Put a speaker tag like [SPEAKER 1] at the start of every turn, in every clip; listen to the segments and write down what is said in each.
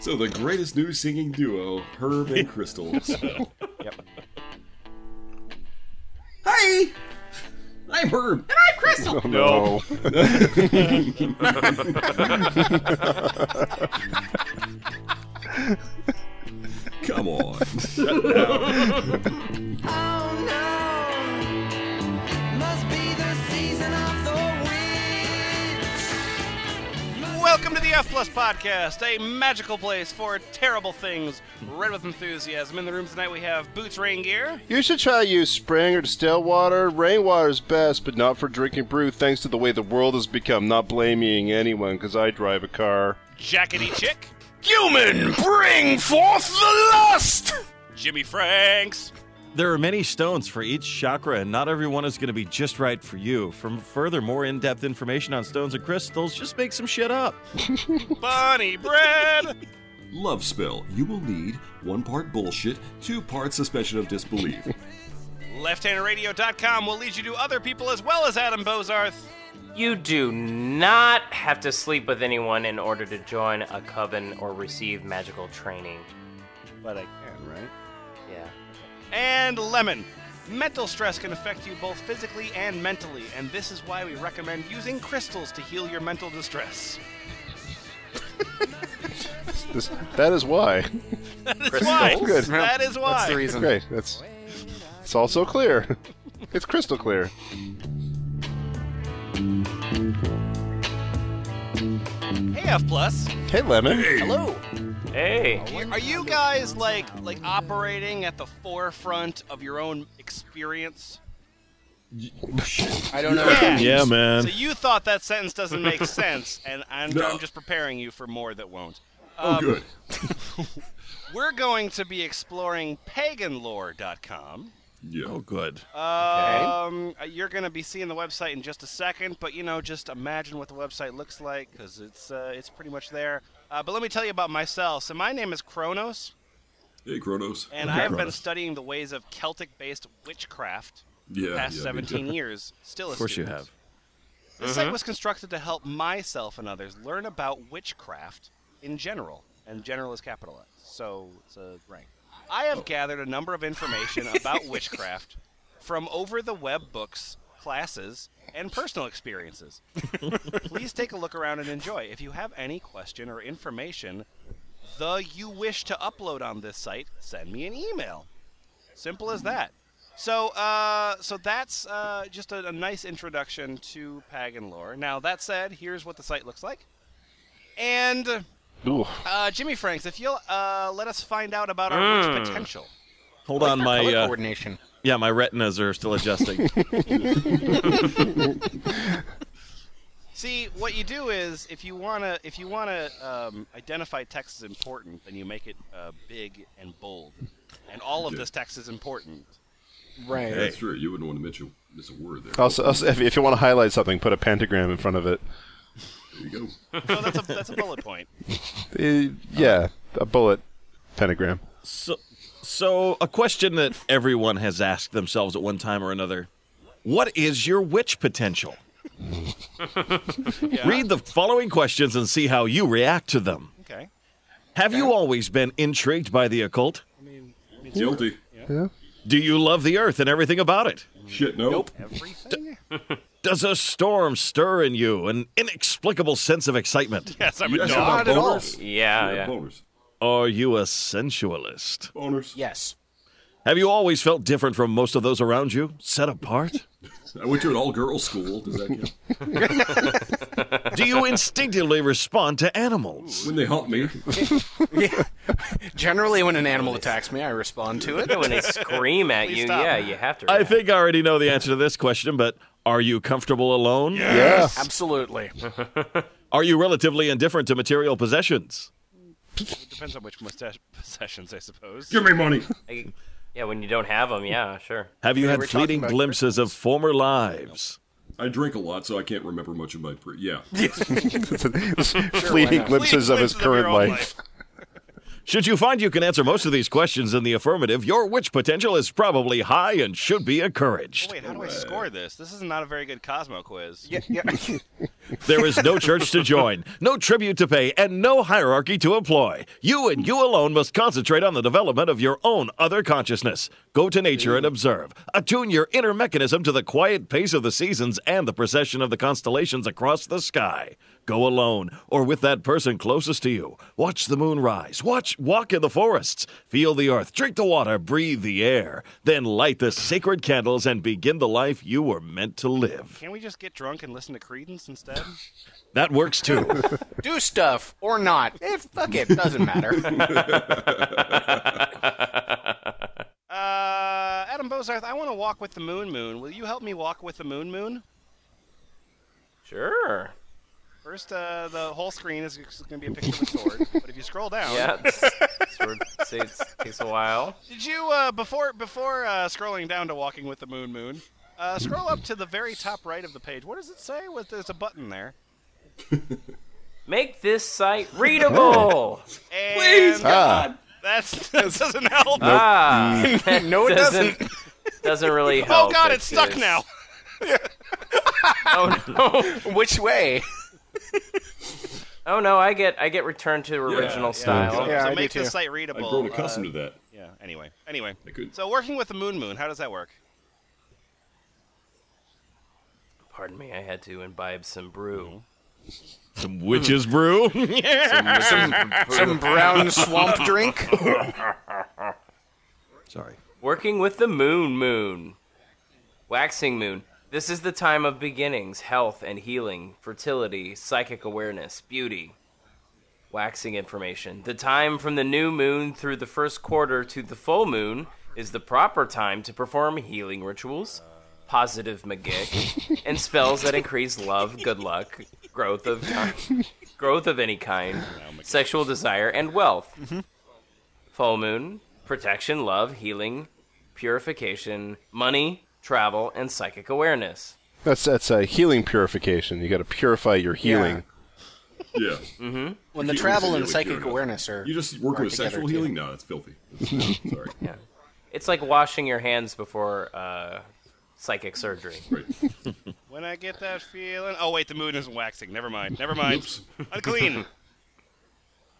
[SPEAKER 1] So the greatest new singing duo, Herb and Crystal. So,
[SPEAKER 2] Yep.
[SPEAKER 1] Hi, I'm Herb.
[SPEAKER 3] I'm Crystal.
[SPEAKER 2] No.
[SPEAKER 1] Come on.
[SPEAKER 4] Oh no, must be the season of the witch.
[SPEAKER 5] Welcome to the F Plus Podcast, a magical place for terrible things, read with enthusiasm. In the room tonight, we have Boots Rain Gear,
[SPEAKER 6] You should try to use spring or distilled water. Rainwater is best, but not for drinking brew, thanks to the way the world has become. Not blaming anyone, because I drive a car.
[SPEAKER 5] Jackety Chick,
[SPEAKER 7] Human, bring forth the lust!
[SPEAKER 5] Jimmy Franks,
[SPEAKER 8] There are many stones for each chakra, and not every one is going to be just right for you. For further, more in depth information on stones and crystals, just make some shit up.
[SPEAKER 5] Bonnie Bread,
[SPEAKER 1] Love spell. You will need one part bullshit, two parts suspension of disbelief.
[SPEAKER 5] lefthandradio.com will lead you to other people as well as Adam Bozarth.
[SPEAKER 9] You do not have to sleep with anyone in order to join a coven or receive magical training.
[SPEAKER 2] But I can, right?
[SPEAKER 9] Yeah.
[SPEAKER 5] and lemon. Mental stress can affect you both physically and mentally, and this is why we recommend using crystals to heal your mental distress.
[SPEAKER 6] This, that is why.
[SPEAKER 5] That's why.
[SPEAKER 6] Good.
[SPEAKER 5] That is why.
[SPEAKER 3] That's the reason.
[SPEAKER 6] Great. That's. It's all so clear. It's crystal clear.
[SPEAKER 5] Hey, F plus.
[SPEAKER 6] Hey, Lemon.
[SPEAKER 5] Hello.
[SPEAKER 9] Hey.
[SPEAKER 5] Are you guys like like operating at the forefront of your own experience?
[SPEAKER 1] oh,
[SPEAKER 3] I don't know.
[SPEAKER 5] Yeah.
[SPEAKER 8] Yeah, man.
[SPEAKER 5] So you thought that sentence doesn't make sense, and I'm,
[SPEAKER 1] No.
[SPEAKER 5] I'm just preparing you for more that won't. Um,
[SPEAKER 1] Oh, good.
[SPEAKER 5] We're going to be exploring paganlore.com.
[SPEAKER 1] Yeah.
[SPEAKER 8] good.
[SPEAKER 5] Um, you're gonna be seeing the website in just a second, but you know, just imagine what the website looks like because it's uh, it's pretty much there. Uh, but let me tell you about myself. So my name is Kronos,
[SPEAKER 1] Hey, Kronos.
[SPEAKER 5] and
[SPEAKER 1] Okay.
[SPEAKER 5] I've been studying the ways of Celtic-based witchcraft
[SPEAKER 1] yeah,
[SPEAKER 5] the past
[SPEAKER 1] yeah, me
[SPEAKER 5] 17
[SPEAKER 1] too.
[SPEAKER 5] years. Still, a
[SPEAKER 8] Of course you
[SPEAKER 5] student.
[SPEAKER 8] have.
[SPEAKER 5] This site was constructed to help myself and others learn about witchcraft in general, and general is capitalized, so it's a rank. I have gathered a number of information about witchcraft from over the web books, classes, and personal experiences. Please take a look around and enjoy. If you have any question or information the you wish to upload on this site, send me an email. Simple as that. So, uh, so that's uh, just a, a nice introduction to pagan lore. Now that said, here's what the site looks like, and
[SPEAKER 6] Ooh.
[SPEAKER 5] uh, Jimmy Franks, if you'll uh, let us find out about our
[SPEAKER 8] Hmm.
[SPEAKER 5] witch potential.
[SPEAKER 8] Hold on, my
[SPEAKER 3] Color
[SPEAKER 8] uh,
[SPEAKER 3] coordination.
[SPEAKER 8] yeah, my retinas are still adjusting.
[SPEAKER 5] See, what you do is if you wanna if you wanna um, identify text as important, then you make it uh, big and bold, and all of this text is important.
[SPEAKER 3] Right.
[SPEAKER 1] That's true. You wouldn't want to mention miss a word there.
[SPEAKER 6] Also, also if, if you want to highlight something, put a pentagram in front of it.
[SPEAKER 1] There you go.
[SPEAKER 5] So that's a that's a bullet point.
[SPEAKER 6] Uh, yeah, a bullet pentagram.
[SPEAKER 8] so, so a question that everyone has asked themselves at one time or another: What is your witch potential? Read the following questions and see how you react to them.
[SPEAKER 5] Okay.
[SPEAKER 8] Have you always been intrigued by the occult?
[SPEAKER 1] Guilty.
[SPEAKER 8] Do you love the earth and everything about it?
[SPEAKER 1] Shit, no. Nope.
[SPEAKER 5] Everything.
[SPEAKER 8] Does a storm stir in you an inexplicable sense of excitement?
[SPEAKER 5] yes, I'm a
[SPEAKER 1] Yes,
[SPEAKER 5] dog.
[SPEAKER 1] about boners.
[SPEAKER 9] Yeah,
[SPEAKER 1] Yeah,
[SPEAKER 9] yeah.
[SPEAKER 1] boners.
[SPEAKER 8] Are you a sensualist?
[SPEAKER 1] Boners.
[SPEAKER 3] Yes.
[SPEAKER 8] Have you always felt different from most of those around you? Set apart?
[SPEAKER 1] I went to an all-girls school. Does that count?
[SPEAKER 8] Do you instinctively respond to animals?
[SPEAKER 1] when they hunt me,
[SPEAKER 3] Generally, when an animal attacks me, I respond to it.
[SPEAKER 9] When they scream at you,
[SPEAKER 5] stop. Uh,
[SPEAKER 9] yeah, you have to.
[SPEAKER 8] I
[SPEAKER 9] react.
[SPEAKER 8] think I already know the answer to this question, but are you comfortable alone?
[SPEAKER 3] Absolutely.
[SPEAKER 8] Are you relatively indifferent to material possessions?
[SPEAKER 5] Depends on which mustache possessions, I suppose.
[SPEAKER 1] give me money.
[SPEAKER 9] I- yeah, when you don't have them, yeah, sure.
[SPEAKER 8] Have you had
[SPEAKER 3] we're talking
[SPEAKER 8] fleeting
[SPEAKER 3] about
[SPEAKER 8] glimpses of former lives?
[SPEAKER 1] I drink a lot, so I can't remember much of my pre. Yeah.
[SPEAKER 6] Fleeting glimpses of
[SPEAKER 5] Glimpses
[SPEAKER 6] his
[SPEAKER 5] your
[SPEAKER 6] current
[SPEAKER 5] own
[SPEAKER 6] life.
[SPEAKER 8] Should you find you can answer most of these questions in the affirmative, your witch potential is probably high and should be encouraged.
[SPEAKER 5] Oh, Wait, how do I score this? This is not a very good Cosmo quiz.
[SPEAKER 3] Yeah, yeah.
[SPEAKER 8] There is no church to join, no tribute to pay, and no hierarchy to employ. You and you alone must concentrate on the development of your own other consciousness. Go to nature and observe. Attune your inner mechanism to the quiet pace of the seasons and the procession of the constellations across the sky. Go alone or with that person closest to you. Watch the moon rise. Watch walk in the forests. Feel the earth. Drink the water. Breathe the air. Then light the sacred candles and begin the life you were meant to live.
[SPEAKER 5] Can we just get drunk and listen to Credence instead?
[SPEAKER 8] That works too.
[SPEAKER 3] Do stuff or not. It, fuck it. Doesn't matter.
[SPEAKER 5] Uh, Adam Bozarth, I want to walk with the Moon Moon. Will you help me walk with the Moon Moon?
[SPEAKER 9] Sure.
[SPEAKER 5] First, uh, the whole screen is going to be a picture of a sword. but if you scroll down,
[SPEAKER 9] Yeah. It's, sort of takes, takes a while.
[SPEAKER 5] did you uh, before before uh, scrolling down to walking with the Moon Moon? Uh, scroll up to the very top right of the page. What does it say? With there's a button there.
[SPEAKER 9] Make this site readable.
[SPEAKER 5] And Please, God. That's, that doesn't help.
[SPEAKER 9] Ah,
[SPEAKER 3] No, it doesn't.
[SPEAKER 9] Doesn't really help.
[SPEAKER 5] oh God,
[SPEAKER 9] that
[SPEAKER 5] it's stuck
[SPEAKER 9] this-
[SPEAKER 5] now.
[SPEAKER 9] Oh no!
[SPEAKER 3] Which way?
[SPEAKER 9] Oh no! I get I get returned to original style.
[SPEAKER 3] Yeah,
[SPEAKER 5] so
[SPEAKER 3] I do
[SPEAKER 5] make this
[SPEAKER 3] too.
[SPEAKER 5] site
[SPEAKER 1] I've
[SPEAKER 5] readable.
[SPEAKER 1] grown
[SPEAKER 5] uh,
[SPEAKER 1] accustomed to that.
[SPEAKER 5] yeah. Anyway. Anyway.
[SPEAKER 1] I could.
[SPEAKER 5] So working with the Moon Moon, how does that work?
[SPEAKER 9] Pardon me, I had to imbibe some brew.
[SPEAKER 8] Some witches brew.
[SPEAKER 3] Mm-hmm.
[SPEAKER 5] Hmm.
[SPEAKER 3] Some, some brown swamp drink?
[SPEAKER 8] Sorry.
[SPEAKER 9] Working with the moon, moon. Waxing moon. This is the time of beginnings, health and healing, fertility, psychic awareness, beauty. Waxing information. The time from the new moon through the first quarter to the full moon is the proper time to perform healing rituals, positive magic, and spells that increase love, good luck, growth of growth of any kind, sexual desire, and wealth. Full moon, protection, love, healing, purification, money, travel, and psychic awareness.
[SPEAKER 6] That's that's a healing purification. You got to purify your healing.
[SPEAKER 1] Yeah.
[SPEAKER 9] Mm-hmm.
[SPEAKER 3] When the
[SPEAKER 1] Healing's
[SPEAKER 3] travel and
[SPEAKER 1] really
[SPEAKER 3] psychic
[SPEAKER 1] pure.
[SPEAKER 3] awareness are.
[SPEAKER 1] You just working
[SPEAKER 3] are
[SPEAKER 1] with
[SPEAKER 3] together,
[SPEAKER 1] sexual
[SPEAKER 3] too.
[SPEAKER 1] healing? No, that's filthy. That's- no, sorry.
[SPEAKER 9] It's like washing your hands before uh, psychic surgery.
[SPEAKER 1] Right.
[SPEAKER 5] When I get that feeling. Oh wait, the moon isn't waxing. Never mind. Never mind. Unclean.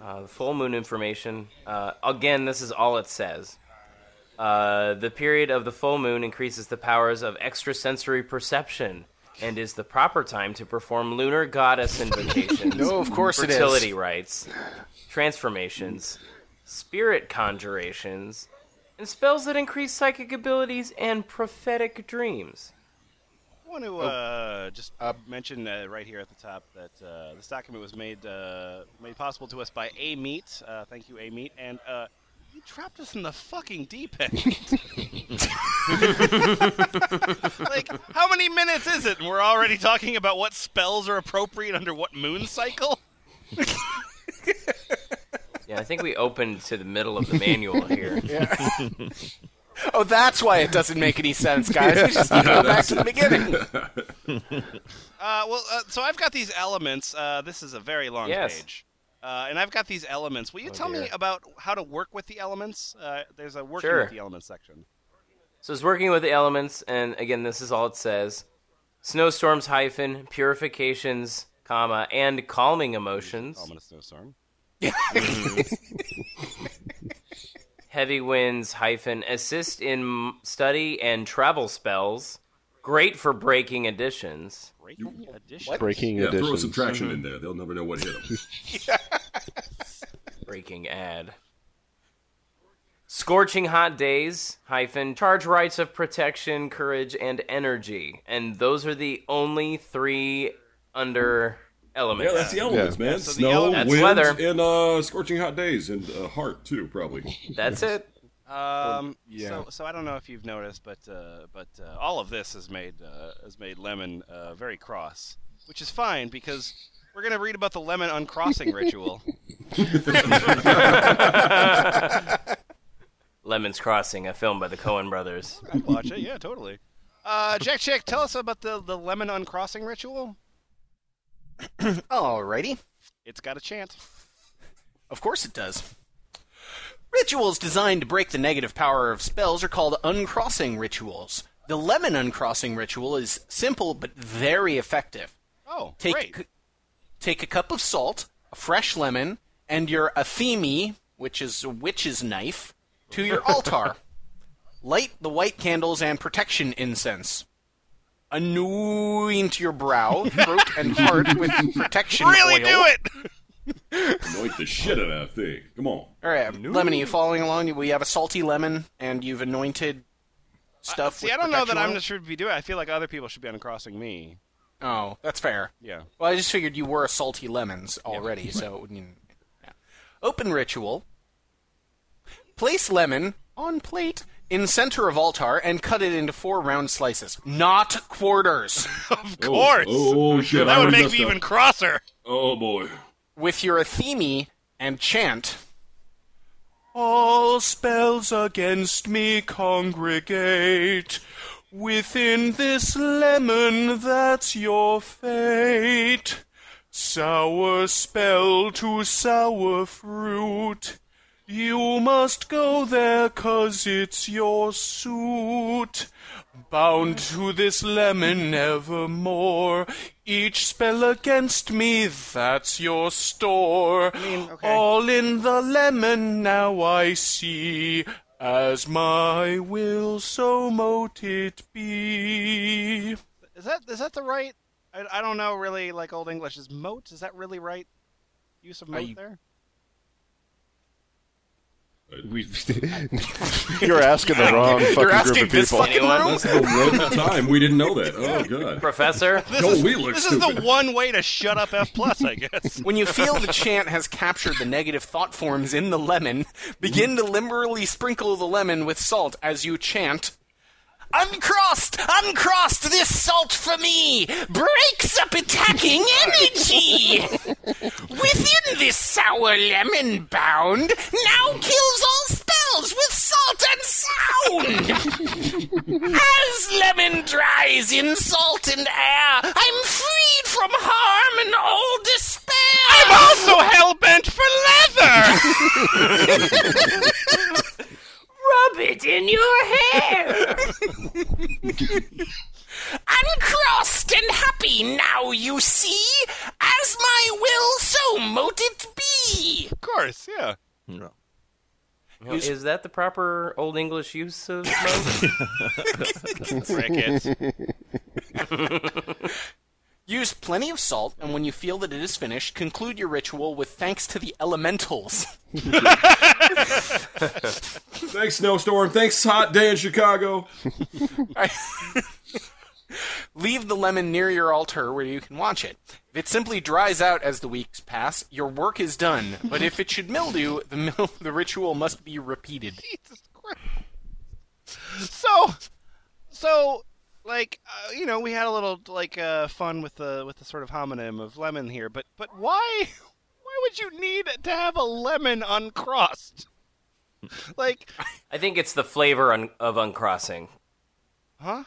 [SPEAKER 9] Uh, the full moon information. Uh, again, this is all it says. Uh, the period of the full moon increases the powers of extrasensory perception and is the proper time to perform lunar goddess invocations.
[SPEAKER 3] No, of course it is.
[SPEAKER 9] fertility rites, transformations, spirit conjurations, and spells that increase psychic abilities and prophetic dreams.
[SPEAKER 5] I want to uh, just mention uh, right here at the top that uh, this document was made uh, made possible to us by A Meat. Uh, thank you, A Meat, and uh, you trapped us in the fucking deep end. like, how many minutes is it? And we're already talking about what spells are appropriate under what moon cycle.
[SPEAKER 9] Yeah, I think we opened to the middle of the manual here.
[SPEAKER 3] Oh, that's why it doesn't make any sense, guys. We just need to go back to the beginning.
[SPEAKER 5] Uh, well, uh, so I've got these elements. Uh, this is a very long
[SPEAKER 9] Yes.
[SPEAKER 5] page. Uh, and I've got these elements. Will you tell me
[SPEAKER 9] Oh, dear.
[SPEAKER 5] about how to work with the elements? Uh, there's a working
[SPEAKER 9] Sure.
[SPEAKER 5] with the elements section.
[SPEAKER 9] So it's working with the elements, and again, this is all it says: snowstorms, hyphen, purifications, comma, and calming emotions,
[SPEAKER 5] Ominous snowstorm.
[SPEAKER 9] heavy winds, hyphen, assist in study and travel spells, great for breaking additions.
[SPEAKER 5] Breaking addition.
[SPEAKER 6] Breaking
[SPEAKER 1] Yeah, throw a
[SPEAKER 6] additions.
[SPEAKER 1] subtraction in there. They'll never know what hit them.
[SPEAKER 9] Breaking ad. Scorching hot days, hyphen, charge rights of protection, courage, and energy. And those are the only three under
[SPEAKER 1] Yeah,
[SPEAKER 9] elements.
[SPEAKER 1] that's the elements, man.
[SPEAKER 5] so the
[SPEAKER 1] Snow,
[SPEAKER 5] elements-
[SPEAKER 9] That's
[SPEAKER 1] winds,
[SPEAKER 9] weather.
[SPEAKER 1] and uh, scorching hot days, and uh, heart too, probably.
[SPEAKER 9] That's it.
[SPEAKER 5] Um, So, so I don't know if you've noticed, but uh, but uh, all of this has made uh, has made Lemon uh, very cross, which is fine because we're gonna read about the Lemon uncrossing ritual.
[SPEAKER 9] Lemon's Crossing, a film by the Coen brothers.
[SPEAKER 5] I'd watch it. Yeah, totally. Uh, Jack, Chick, tell us about the the Lemon uncrossing ritual.
[SPEAKER 3] Alrighty.
[SPEAKER 5] It's got a chant.
[SPEAKER 3] Of course it does. Rituals designed to break the negative power of spells are called uncrossing rituals. The lemon uncrossing ritual is simple but very effective.
[SPEAKER 5] Oh,
[SPEAKER 3] Take
[SPEAKER 5] great.
[SPEAKER 3] c- take a cup of salt, a fresh lemon, and your athemi, which is a witch's knife, to your altar. Light the white candles and protection incense. Anoint your brow, throat, and heart with protection
[SPEAKER 5] really
[SPEAKER 3] oil.
[SPEAKER 5] do it.
[SPEAKER 1] Anoint the shit out of that thing. Come on.
[SPEAKER 3] All right, Lemon, are you following along? We have a salty lemon, and you've anointed stuff.
[SPEAKER 5] See,
[SPEAKER 3] with
[SPEAKER 5] I don't know that
[SPEAKER 3] protection
[SPEAKER 5] I'm
[SPEAKER 3] oil.
[SPEAKER 5] just should be doing. it. I feel like other people should be uncrossing me.
[SPEAKER 3] Oh, that's fair.
[SPEAKER 5] Yeah.
[SPEAKER 3] Well, I just figured you were a salty lemons already, so it wouldn't. yeah. Open ritual. Place lemon on plate in center of altar and cut it into four round slices, not quarters,
[SPEAKER 5] Of course.
[SPEAKER 1] Oh, oh, shit.
[SPEAKER 5] that
[SPEAKER 1] I
[SPEAKER 5] would make
[SPEAKER 1] messed
[SPEAKER 5] me
[SPEAKER 1] up.
[SPEAKER 5] even crosser.
[SPEAKER 1] Oh boy.
[SPEAKER 3] with your athemi and chant. All spells against me congregate. Within this lemon, that's your fate. Sour spell to sour fruit. You must go there 'cause it's your suit. Bound to this lemon evermore. Each spell against me, that's your store. All in the lemon now I see. As my will, so mote it be.
[SPEAKER 5] Is that is that the right? I, I don't know really. Like old English is moat. Is that really right? Use of moat
[SPEAKER 3] you-
[SPEAKER 5] there.
[SPEAKER 6] We, you're asking the wrong
[SPEAKER 3] You're
[SPEAKER 6] fucking group
[SPEAKER 3] asking
[SPEAKER 6] of
[SPEAKER 3] this
[SPEAKER 6] people.
[SPEAKER 3] fucking
[SPEAKER 9] Anyone?
[SPEAKER 3] room?
[SPEAKER 1] The one time we didn't know that. Oh god.
[SPEAKER 9] Professor?
[SPEAKER 1] No, we look
[SPEAKER 5] This
[SPEAKER 1] stupid.
[SPEAKER 5] is the one way to shut up F plus, I guess.
[SPEAKER 3] When you feel the chant has captured the negative thought forms in the lemon, begin to liberally sprinkle the lemon with salt as you chant. Uncrossed! Uncrossed this salt for me! Breaks up attacking energy! Within this sour lemon bound, now kills all spells with salt and sound! As lemon dries in salt and air, I'm freed from harm and all despair!
[SPEAKER 5] also hell bent for leather.
[SPEAKER 9] Rub it in your hair!
[SPEAKER 3] uncrossed and happy now, you see, as my will so mote it be.
[SPEAKER 5] of course, yeah.
[SPEAKER 9] Is that the proper Old English use of moat?
[SPEAKER 5] Crickets.
[SPEAKER 3] Use plenty of salt, and when you feel that it is finished, conclude your ritual with thanks to the elementals.
[SPEAKER 1] Thanks, snowstorm. Thanks, hot day in Chicago.
[SPEAKER 3] Leave the lemon near your altar where you can watch it. If it simply dries out as the weeks pass, your work is done. But if it should mildew, the, mil- the ritual must be repeated.
[SPEAKER 5] Jesus Christ. So, so like uh, you know, we had a little like uh, fun with the with the sort of homonym of lemon here, but but why why would you need to have a lemon uncrossed? Like,
[SPEAKER 9] I think it's the flavor un- of uncrossing.
[SPEAKER 5] huh?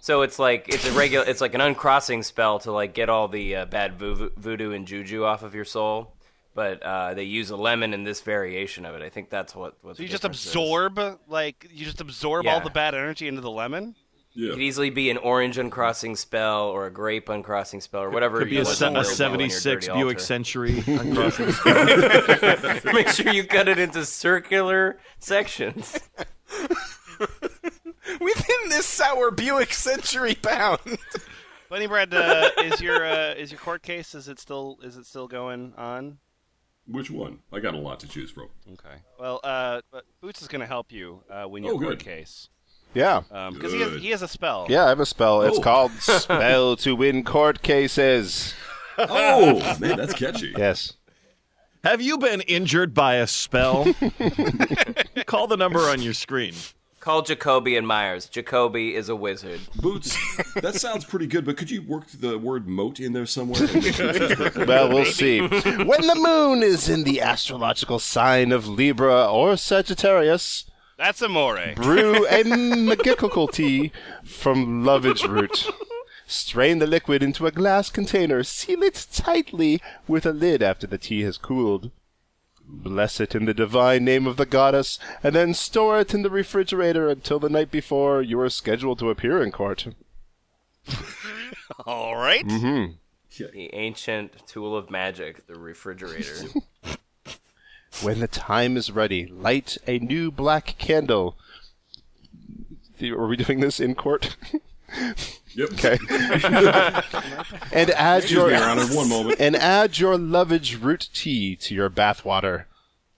[SPEAKER 9] So it's like it's a regular, it's like an uncrossing spell to like get all the uh, bad voo- voodoo and juju off of your soul. But uh, they use a lemon in this variation of it. I think that's what. what
[SPEAKER 5] So
[SPEAKER 9] the
[SPEAKER 5] you just
[SPEAKER 9] difference is.
[SPEAKER 5] absorb like you just absorb all
[SPEAKER 9] Yeah.
[SPEAKER 5] the bad energy into the lemon.
[SPEAKER 9] It could easily be an orange uncrossing spell or a grape uncrossing spell or whatever.
[SPEAKER 8] Could be
[SPEAKER 9] you
[SPEAKER 8] a,
[SPEAKER 9] want
[SPEAKER 8] se-
[SPEAKER 9] to
[SPEAKER 8] a
[SPEAKER 9] build on your dirty
[SPEAKER 8] 76
[SPEAKER 9] altar.
[SPEAKER 8] Buick Century. uncrossing.
[SPEAKER 9] Make sure you cut it into circular sections.
[SPEAKER 3] Within this sour Buick century bound.
[SPEAKER 5] Bunny bread uh, is your uh, is your court case? Is it still is it still going on?
[SPEAKER 1] Which one? I got a lot to choose from.
[SPEAKER 5] Okay. Well, uh, but Boots is going to help you uh, win your
[SPEAKER 1] Oh,
[SPEAKER 5] court
[SPEAKER 1] good.
[SPEAKER 5] case
[SPEAKER 6] Yeah.
[SPEAKER 5] because Um, he has
[SPEAKER 1] Good.
[SPEAKER 5] he has a spell.
[SPEAKER 6] Yeah, I have a spell. It's
[SPEAKER 1] Oh.
[SPEAKER 6] called Spell to Win Court Cases.
[SPEAKER 1] Oh man, that's catchy.
[SPEAKER 6] Yes.
[SPEAKER 8] Have you been injured by a spell? Call the number on your screen.
[SPEAKER 9] Call Jacoby and Myers. Jacoby is a wizard.
[SPEAKER 1] Boots. That sounds pretty good, but could you work the word moat in there somewhere?
[SPEAKER 6] Well, we'll see. When the moon is in the astrological sign of Libra or Sagittarius,
[SPEAKER 5] That's amore.
[SPEAKER 6] brew a magical tea from lovage root. Strain the liquid into a glass container, seal it tightly with a lid after the tea has cooled. bless it in the divine name of the goddess, and then store it in the refrigerator until the night before you are scheduled to appear in court.
[SPEAKER 5] All right.
[SPEAKER 1] Mm-hmm.
[SPEAKER 9] The ancient tool of magic, the refrigerator.
[SPEAKER 6] When the time is ready, light a new black candle. Are we doing this in court?
[SPEAKER 1] Yep.
[SPEAKER 6] Okay. and add
[SPEAKER 1] Excuse
[SPEAKER 6] your
[SPEAKER 1] me, Your Honor, one moment.
[SPEAKER 6] and add your lovage root tea to your bathwater.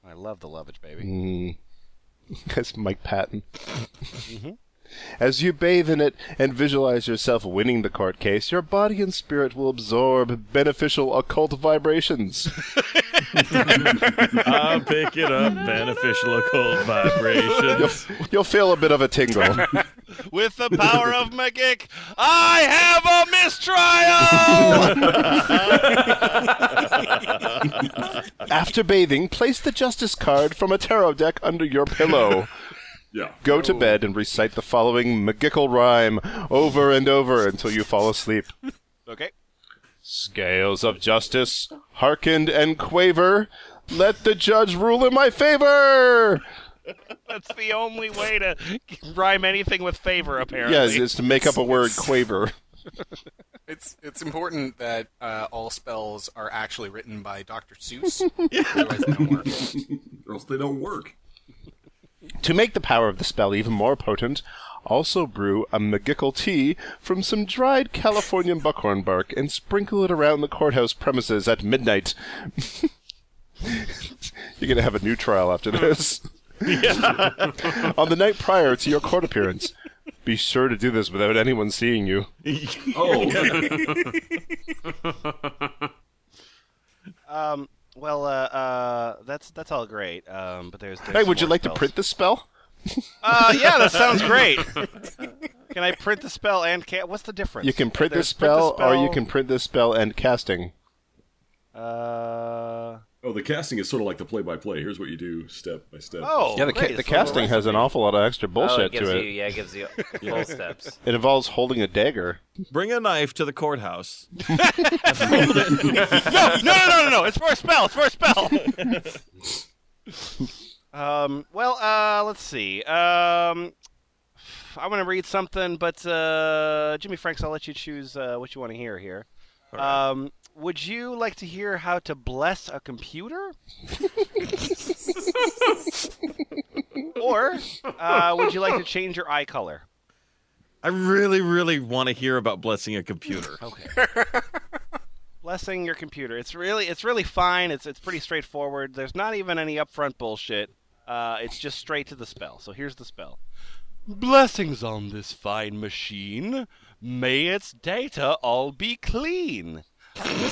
[SPEAKER 5] I love the lovage, baby.
[SPEAKER 6] Mm. That's Mike Patton.
[SPEAKER 5] Mm-hmm.
[SPEAKER 6] As you bathe in it and visualize yourself winning the court case, your body and spirit will absorb beneficial occult vibrations.
[SPEAKER 8] I'm picking up beneficial occult vibrations.
[SPEAKER 6] You'll feel a bit of a tingle.
[SPEAKER 5] With the power of magic, I have a mistrial.
[SPEAKER 6] After bathing, place the justice card from a tarot deck under your pillow.
[SPEAKER 1] Yeah.
[SPEAKER 6] Go to bed and recite the following magical rhyme over and over until you fall asleep.
[SPEAKER 5] okay.
[SPEAKER 6] Scales of justice, hearkened and quaver. Let the judge rule in my favor.
[SPEAKER 5] That's the only way to rhyme anything with favor, apparently.
[SPEAKER 6] Yes, it's to make up a word, quaver.
[SPEAKER 3] It's it's important that uh, all spells are actually written by Dr. Seuss. Otherwise, they don't work.
[SPEAKER 1] Or else they don't work.
[SPEAKER 6] To make the power of the spell even more potent, also brew a magical tea from some dried Californian buckhorn bark and sprinkle it around the courthouse premises at midnight. You're going to have a new trial after this. On the night prior to your court appearance, be sure to do this without anyone seeing you.
[SPEAKER 1] Oh,
[SPEAKER 5] Um. Well, uh, uh, that's that's all great. Um, but there's. there's
[SPEAKER 6] Hey,
[SPEAKER 5] some
[SPEAKER 6] would you
[SPEAKER 5] more
[SPEAKER 6] like to
[SPEAKER 5] spells.
[SPEAKER 6] print this spell?
[SPEAKER 5] Uh, yeah, that sounds great. can I print the spell and ca- what's the difference?
[SPEAKER 6] You can print this
[SPEAKER 5] There's
[SPEAKER 6] spell,
[SPEAKER 5] the
[SPEAKER 6] or you can print this spell and casting.
[SPEAKER 5] Uh.
[SPEAKER 1] oh, the casting is sort of like the play-by-play. Here's what you do, step by step.
[SPEAKER 5] Oh.
[SPEAKER 6] Yeah, the,
[SPEAKER 5] great,
[SPEAKER 6] ca- the
[SPEAKER 5] it's a little
[SPEAKER 6] casting
[SPEAKER 5] recipe.
[SPEAKER 6] has an awful lot of extra
[SPEAKER 9] oh, it
[SPEAKER 6] bullshit
[SPEAKER 9] gives
[SPEAKER 6] to
[SPEAKER 9] you,
[SPEAKER 6] it.
[SPEAKER 9] yeah, it gives you full steps.
[SPEAKER 6] It involves holding a dagger.
[SPEAKER 8] Bring a knife to the courthouse.
[SPEAKER 5] no, no, no, no, no. It's for a spell. It's for a spell. um, well, uh, let's see. Um, I'm going to read something, but uh, Jimmy Franks, I'll let you choose uh, what you want to hear here. Um, would you like to hear how to bless a computer? or uh, would you like to change your eye color?
[SPEAKER 8] I really, really want to hear about blessing a computer.
[SPEAKER 5] blessing your computer. It's really it's really fine. It's it's pretty straightforward. There's not even any upfront bullshit. Uh, it's just straight to the spell. So here's the spell. Blessings on this fine machine. May its data all be clean.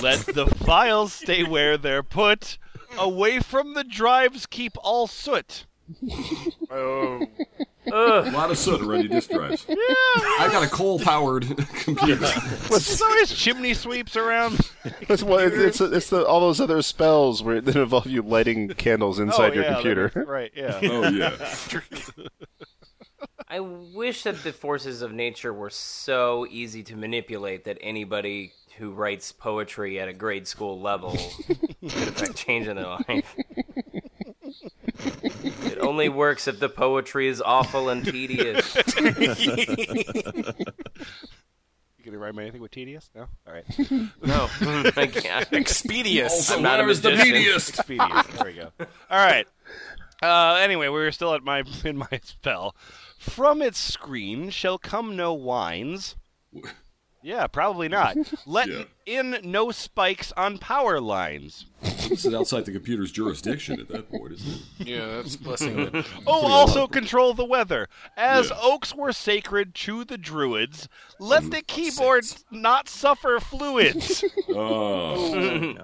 [SPEAKER 5] Let the files stay where they're put. Away from the drives, keep all soot.
[SPEAKER 1] Oh. A lot of soot around your disk drives. I got a coal-powered computer.
[SPEAKER 5] There's always chimney sweeps around.
[SPEAKER 6] It's, well, it's, it's, it's the, all those other spells where that involve you lighting candles inside
[SPEAKER 5] Oh,
[SPEAKER 6] your
[SPEAKER 5] yeah, that
[SPEAKER 6] computer.
[SPEAKER 5] makes- Right, yeah.
[SPEAKER 1] oh yeah.
[SPEAKER 9] I wish that the forces of nature were so easy to manipulate that anybody who writes poetry at a grade school level could affect change in their life. It only works if the poetry is awful and tedious.
[SPEAKER 5] You gonna rhyme anything with tedious? No? Alright.
[SPEAKER 9] No, I can't.
[SPEAKER 3] Expedius.
[SPEAKER 1] So
[SPEAKER 9] I'm not a
[SPEAKER 1] where's the
[SPEAKER 9] magician.
[SPEAKER 1] meatiest?
[SPEAKER 5] Expedient. there we go. All right. Uh, anyway, we were still at my in my spell. From its screen shall come no wines. Yeah, probably not. Let
[SPEAKER 1] Yeah.
[SPEAKER 5] in no spikes on power lines.
[SPEAKER 1] This is outside the computer's jurisdiction at that point, isn't it?
[SPEAKER 3] Yeah, that's blessing. the-
[SPEAKER 5] Oh, also control the weather. As oaks were sacred to the druids, let the keyboard not suffer fluids.
[SPEAKER 1] Oh,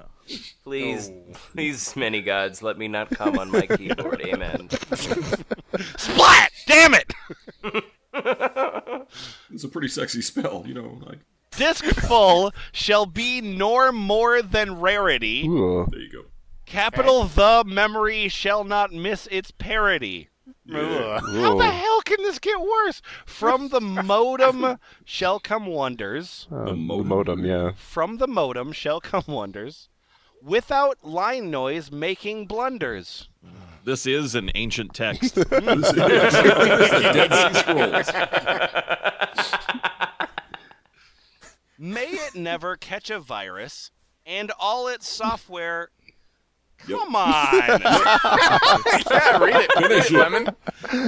[SPEAKER 9] Please, please, many gods, let me not come on my keyboard. Amen.
[SPEAKER 5] Splat! Damn it!
[SPEAKER 1] it's a pretty sexy spell, you know. Like,
[SPEAKER 5] Disc full shall be nor more than rarity.
[SPEAKER 6] Ooh.
[SPEAKER 1] there you go.
[SPEAKER 5] Capital the memory shall not miss its parody. How the hell can this get worse? From the modem shall come wonders.
[SPEAKER 1] Oh, The modem.
[SPEAKER 6] Modem, yeah.
[SPEAKER 5] From the modem shall come wonders. without line noise making blunders.
[SPEAKER 1] Mm.
[SPEAKER 8] This is an ancient text.
[SPEAKER 1] The Dead Sea Scrolls.
[SPEAKER 5] May it never catch a virus and all its software.
[SPEAKER 1] Yep.
[SPEAKER 5] Come on!
[SPEAKER 7] yeah, read it. Read it, Lemon.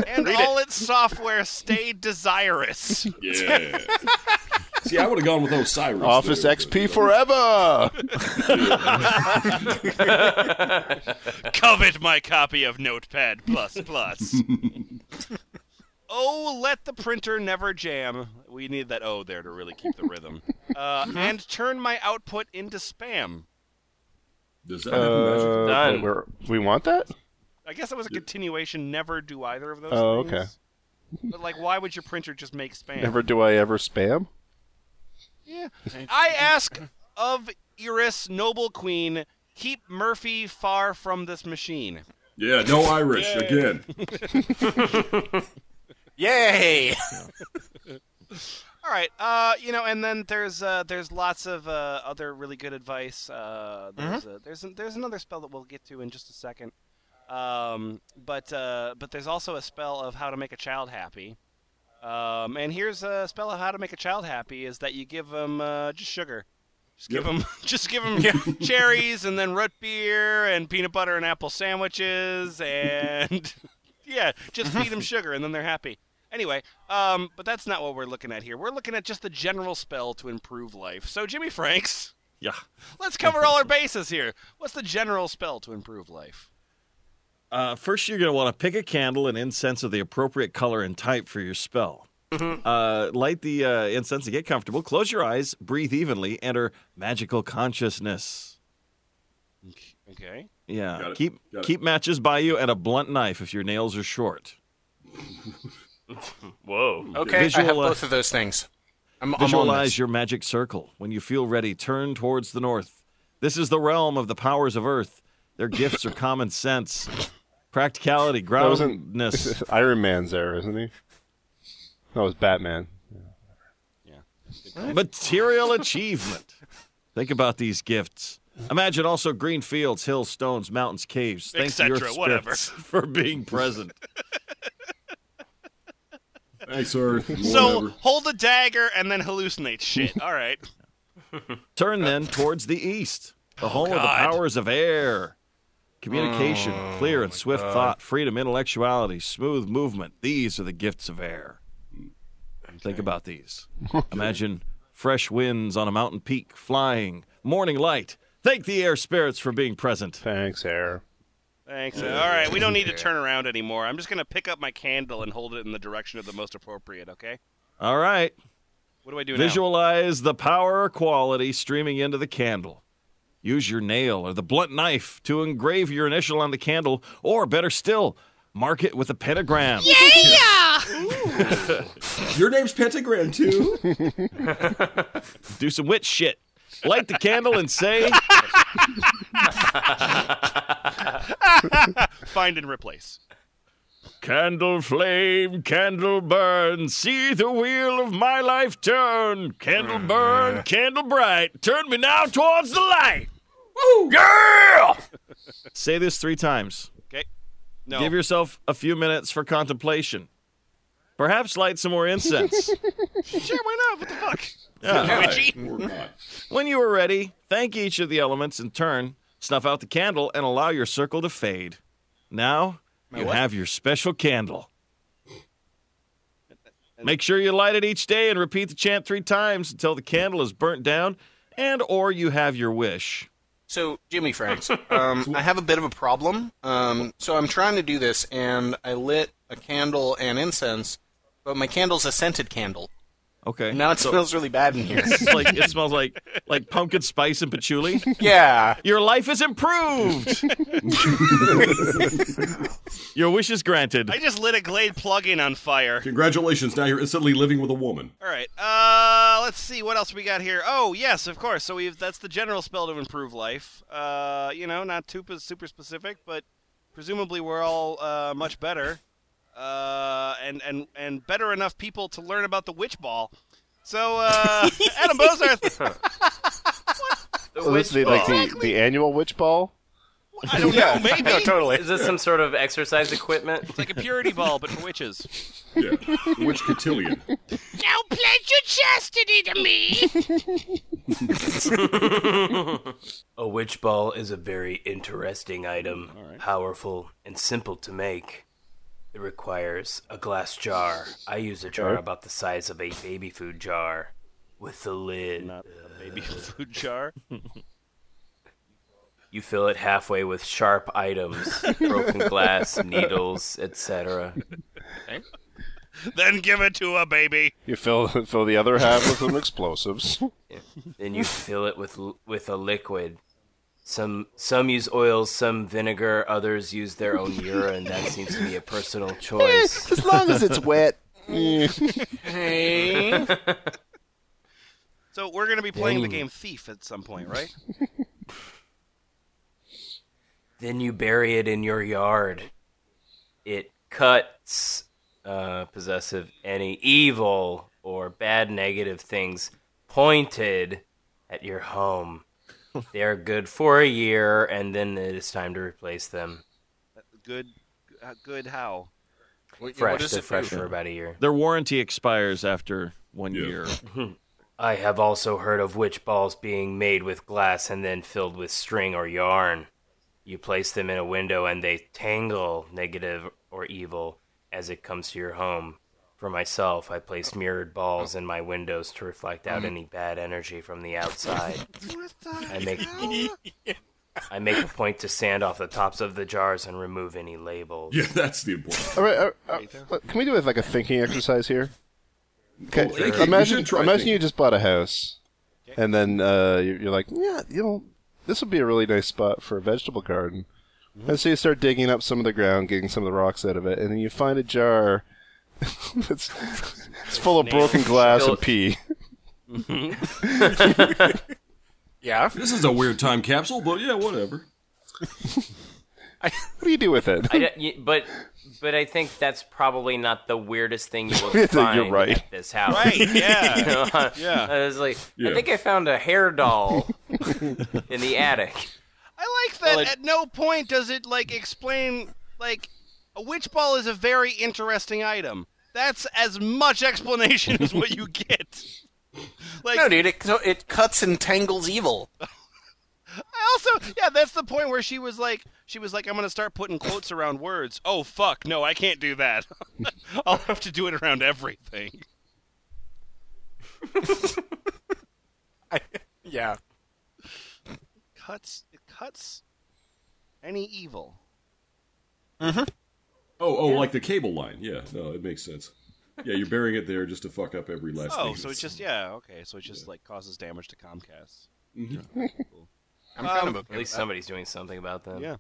[SPEAKER 5] and all its software stay desirous.
[SPEAKER 1] Yeah. See, I would have gone with Osiris.
[SPEAKER 6] Office
[SPEAKER 1] there,
[SPEAKER 6] XP
[SPEAKER 1] but-
[SPEAKER 6] forever.
[SPEAKER 5] Covet my copy of Notepad Plus Plus. oh, let the printer never jam. We need that O there to really keep the rhythm. Uh,
[SPEAKER 1] Uh-huh.
[SPEAKER 5] and turn my output into spam.
[SPEAKER 1] Does that happen magic?
[SPEAKER 9] Done.
[SPEAKER 6] Uh, wait, we're- we want that?
[SPEAKER 5] I guess it was a continuation. Never do either of those.
[SPEAKER 6] Oh,
[SPEAKER 5] things. But like, why would your printer just make spam?
[SPEAKER 6] Never do I ever spam.
[SPEAKER 5] Yeah. I ask of Iris, noble queen, keep Murphy far from this machine.
[SPEAKER 1] Yeah, no Irish again.
[SPEAKER 3] Yay!
[SPEAKER 5] All right. Uh, you know, and then there's uh, there's lots of uh, other really good advice. Uh, there's uh, there's an- there's another spell that we'll get to in just a second. Um, but uh, but there's also a spell of how to make a child happy. Um, and here's a spell of how to make a child happy is that you give them uh, just sugar. Just give
[SPEAKER 1] Yep.
[SPEAKER 5] them just give them cherries and then root beer and peanut butter and apple sandwiches and yeah, just feed
[SPEAKER 8] Mm-hmm.
[SPEAKER 5] them sugar and then they're happy. Anyway, um, but that's not what we're looking at here. We're looking at just the general spell to improve life. So Jimmy Franks,
[SPEAKER 8] yeah.
[SPEAKER 5] let's cover all our bases here. What's the general spell to improve life?
[SPEAKER 8] Uh, first, you're going to want to pick a candle and incense of the appropriate color and type for your spell. Uh, light the uh, incense and get comfortable. Close your eyes, breathe evenly, enter magical consciousness.
[SPEAKER 5] Okay.
[SPEAKER 8] Yeah.
[SPEAKER 1] Got it.
[SPEAKER 8] Keep
[SPEAKER 1] Got it.
[SPEAKER 8] keep matches by you and a blunt knife if your nails are short.
[SPEAKER 9] Whoa.
[SPEAKER 3] Okay, I have
[SPEAKER 8] Visual, uh,
[SPEAKER 3] both of those things. I'm, I'm on
[SPEAKER 8] Visualize
[SPEAKER 3] this.
[SPEAKER 8] your magic circle. When you feel ready, turn towards the north. This is the realm of the powers of earth. Their gifts are common sense, practicality,
[SPEAKER 6] That wasn't
[SPEAKER 8] groundness.
[SPEAKER 6] Iron Man's there, isn't he? No, it was Batman.
[SPEAKER 8] material achievement. Think about these gifts. Imagine also green fields, hills, stones, mountains, caves. Thank the
[SPEAKER 5] Etc.,
[SPEAKER 8] earth
[SPEAKER 5] whatever.
[SPEAKER 8] spirits for being present.
[SPEAKER 1] Thanks, Earth.
[SPEAKER 5] So
[SPEAKER 1] Whatever.
[SPEAKER 5] hold a dagger and then hallucinate shit. All right.
[SPEAKER 8] Turn then towards the east, the home of the
[SPEAKER 5] God.
[SPEAKER 8] powers of air. Communication, clear and swift thought, freedom, intellectuality, smooth movement. These are the gifts of air. Think about these. Imagine fresh winds on a mountain peak, flying, morning light. Thank the air spirits for being present.
[SPEAKER 6] Thanks, Air.
[SPEAKER 5] Thanks. All right, we don't need to turn around anymore. I'm just gonna pick up my candle and hold it in the direction of the most appropriate. Okay.
[SPEAKER 8] All right.
[SPEAKER 5] What do I do now?
[SPEAKER 8] Visualize the power or quality streaming into the candle. Use your nail or the blunt knife to engrave your initial on the candle, or better still, mark it with a pentagram.
[SPEAKER 1] Your name's Pentagram too.
[SPEAKER 8] Do some witch shit. Light the candle and say,
[SPEAKER 5] Find and replace.
[SPEAKER 8] Candle flame, candle burn, see the wheel of my life turn. Candle burn, candle bright, turn me now towards the light.
[SPEAKER 7] Yeah!
[SPEAKER 8] Say this three times.
[SPEAKER 5] Okay. No.
[SPEAKER 8] Give yourself a few minutes for contemplation. Perhaps light some more incense.
[SPEAKER 5] sure. Why not? What the fuck?
[SPEAKER 1] Hi, or not.
[SPEAKER 8] When you are ready, thank each of the elements in turn, snuff out the candle, and allow your circle to fade. Now, you have your special candle. Make sure you light it each day and repeat the chant three times until the candle is burnt down and or you have your wish.
[SPEAKER 3] So, Jimmy Franks, um, I have a bit of a problem. Um, so, I'm trying to do this, and I lit a candle and incense, but my candle's a scented candle.
[SPEAKER 8] Okay.
[SPEAKER 3] Now it smells really bad in here.
[SPEAKER 8] It's like it smells like like pumpkin spice and patchouli.
[SPEAKER 3] yeah.
[SPEAKER 8] Your life is improved. your wish is granted.
[SPEAKER 5] I just lit a Glade plug-in on fire.
[SPEAKER 1] Congratulations! Now you're instantly living with a woman.
[SPEAKER 5] All right. Uh, let's see what else we got here. Oh, yes, of course. So we've that's the general spell to improve life. Uh, you know, not too p- super specific, but presumably we're all uh, much better, uh, and and and better enough people to learn about the witch ball. So, uh, Adam Bozarth,
[SPEAKER 9] The
[SPEAKER 6] Oh, this
[SPEAKER 9] Witch
[SPEAKER 6] the, like the,
[SPEAKER 5] Exactly.
[SPEAKER 6] the annual witch ball.
[SPEAKER 5] I don't know. Maybe
[SPEAKER 3] No, totally.
[SPEAKER 9] Is this some sort of exercise equipment?
[SPEAKER 5] it's like a purity ball, but for witches.
[SPEAKER 1] Yeah. Which cotillion?
[SPEAKER 7] Now pledge your chastity to me.
[SPEAKER 9] A witch ball is a very interesting item, powerful and simple to make. It requires a glass jar. I use a jar about the size of a baby food jar with the lid. Uh,
[SPEAKER 5] Not a baby food jar.
[SPEAKER 9] You fill it halfway with sharp items, broken glass, needles, etc.
[SPEAKER 5] then give it to a baby.
[SPEAKER 6] You fill fill the other half with some explosives.
[SPEAKER 9] Then you fill it with l- with a liquid. Some some use oils, some vinegar, others use their own urine. That seems to be a personal choice.
[SPEAKER 6] as long as it's wet.
[SPEAKER 5] So we're gonna be playing the game Thief at some point, right?
[SPEAKER 9] Then you bury it in your yard. It cuts uh, possessive any evil or bad negative things pointed at your home. they are good for a year, and then it is time to replace them.
[SPEAKER 5] Good, uh, good. How?
[SPEAKER 3] What-
[SPEAKER 9] Fresh,
[SPEAKER 3] what is
[SPEAKER 9] they're
[SPEAKER 3] it
[SPEAKER 9] fresh
[SPEAKER 3] do?
[SPEAKER 9] for about a year.
[SPEAKER 8] Their warranty expires after one
[SPEAKER 1] Yeah.
[SPEAKER 8] year.
[SPEAKER 9] I have also heard of witch balls being made with glass and then filled with string or yarn. You place them in a window and they tangle negative or evil as it comes to your home. For myself, I placed mirrored balls in my windows to reflect out any bad energy from the outside. I make I make a point to sand off the tops of the jars and remove any labels.
[SPEAKER 1] Yeah, that's the important.
[SPEAKER 6] All right, all right, all right. can we do it like a thinking exercise here? Okay,
[SPEAKER 1] thinking. We
[SPEAKER 6] imagine
[SPEAKER 1] should try
[SPEAKER 6] imagine
[SPEAKER 1] thinking.
[SPEAKER 6] you just bought a house, and then uh, you- you're like, yeah, you know, this would be a really nice spot for a vegetable garden.
[SPEAKER 1] Mm-hmm.
[SPEAKER 6] And so you start digging up some of the ground, getting some of the rocks out of it, and then you find a jar that's it's full of broken glass and pee.
[SPEAKER 3] Yeah.
[SPEAKER 1] This is a weird time capsule, but yeah, whatever.
[SPEAKER 6] What do you do with it?
[SPEAKER 9] I don't- y- but but I think that's probably not the weirdest thing you will
[SPEAKER 6] You're
[SPEAKER 9] find
[SPEAKER 6] right.
[SPEAKER 9] at this house.
[SPEAKER 5] Yeah.
[SPEAKER 9] You know, uh, I was like,
[SPEAKER 1] Yeah.
[SPEAKER 9] I think I found a hair doll in the attic.
[SPEAKER 5] I like that. at no point does it like explain like a witch ball is a very interesting item. That's as much explanation as what you get. Like
[SPEAKER 3] No, dude, it, it cuts and tangles evil.
[SPEAKER 5] I also yeah, that's the point where she was like she was like I'm going to start putting quotes around words. Oh fuck, no, I can't do that. I'll have to do it around everything.
[SPEAKER 3] Yeah.
[SPEAKER 5] Cuts it cuts any evil.
[SPEAKER 1] Oh, oh, like the cable line. Yeah, no, it makes sense. Yeah, you're burying it there just to fuck up every last thing.
[SPEAKER 5] Oh, so it's just yeah, okay, so it just like causes damage to Comcast.
[SPEAKER 1] Mm-hmm.
[SPEAKER 3] I'm kind of
[SPEAKER 9] At
[SPEAKER 3] okay.
[SPEAKER 9] least somebody's doing something about them.
[SPEAKER 5] Um, Yeah.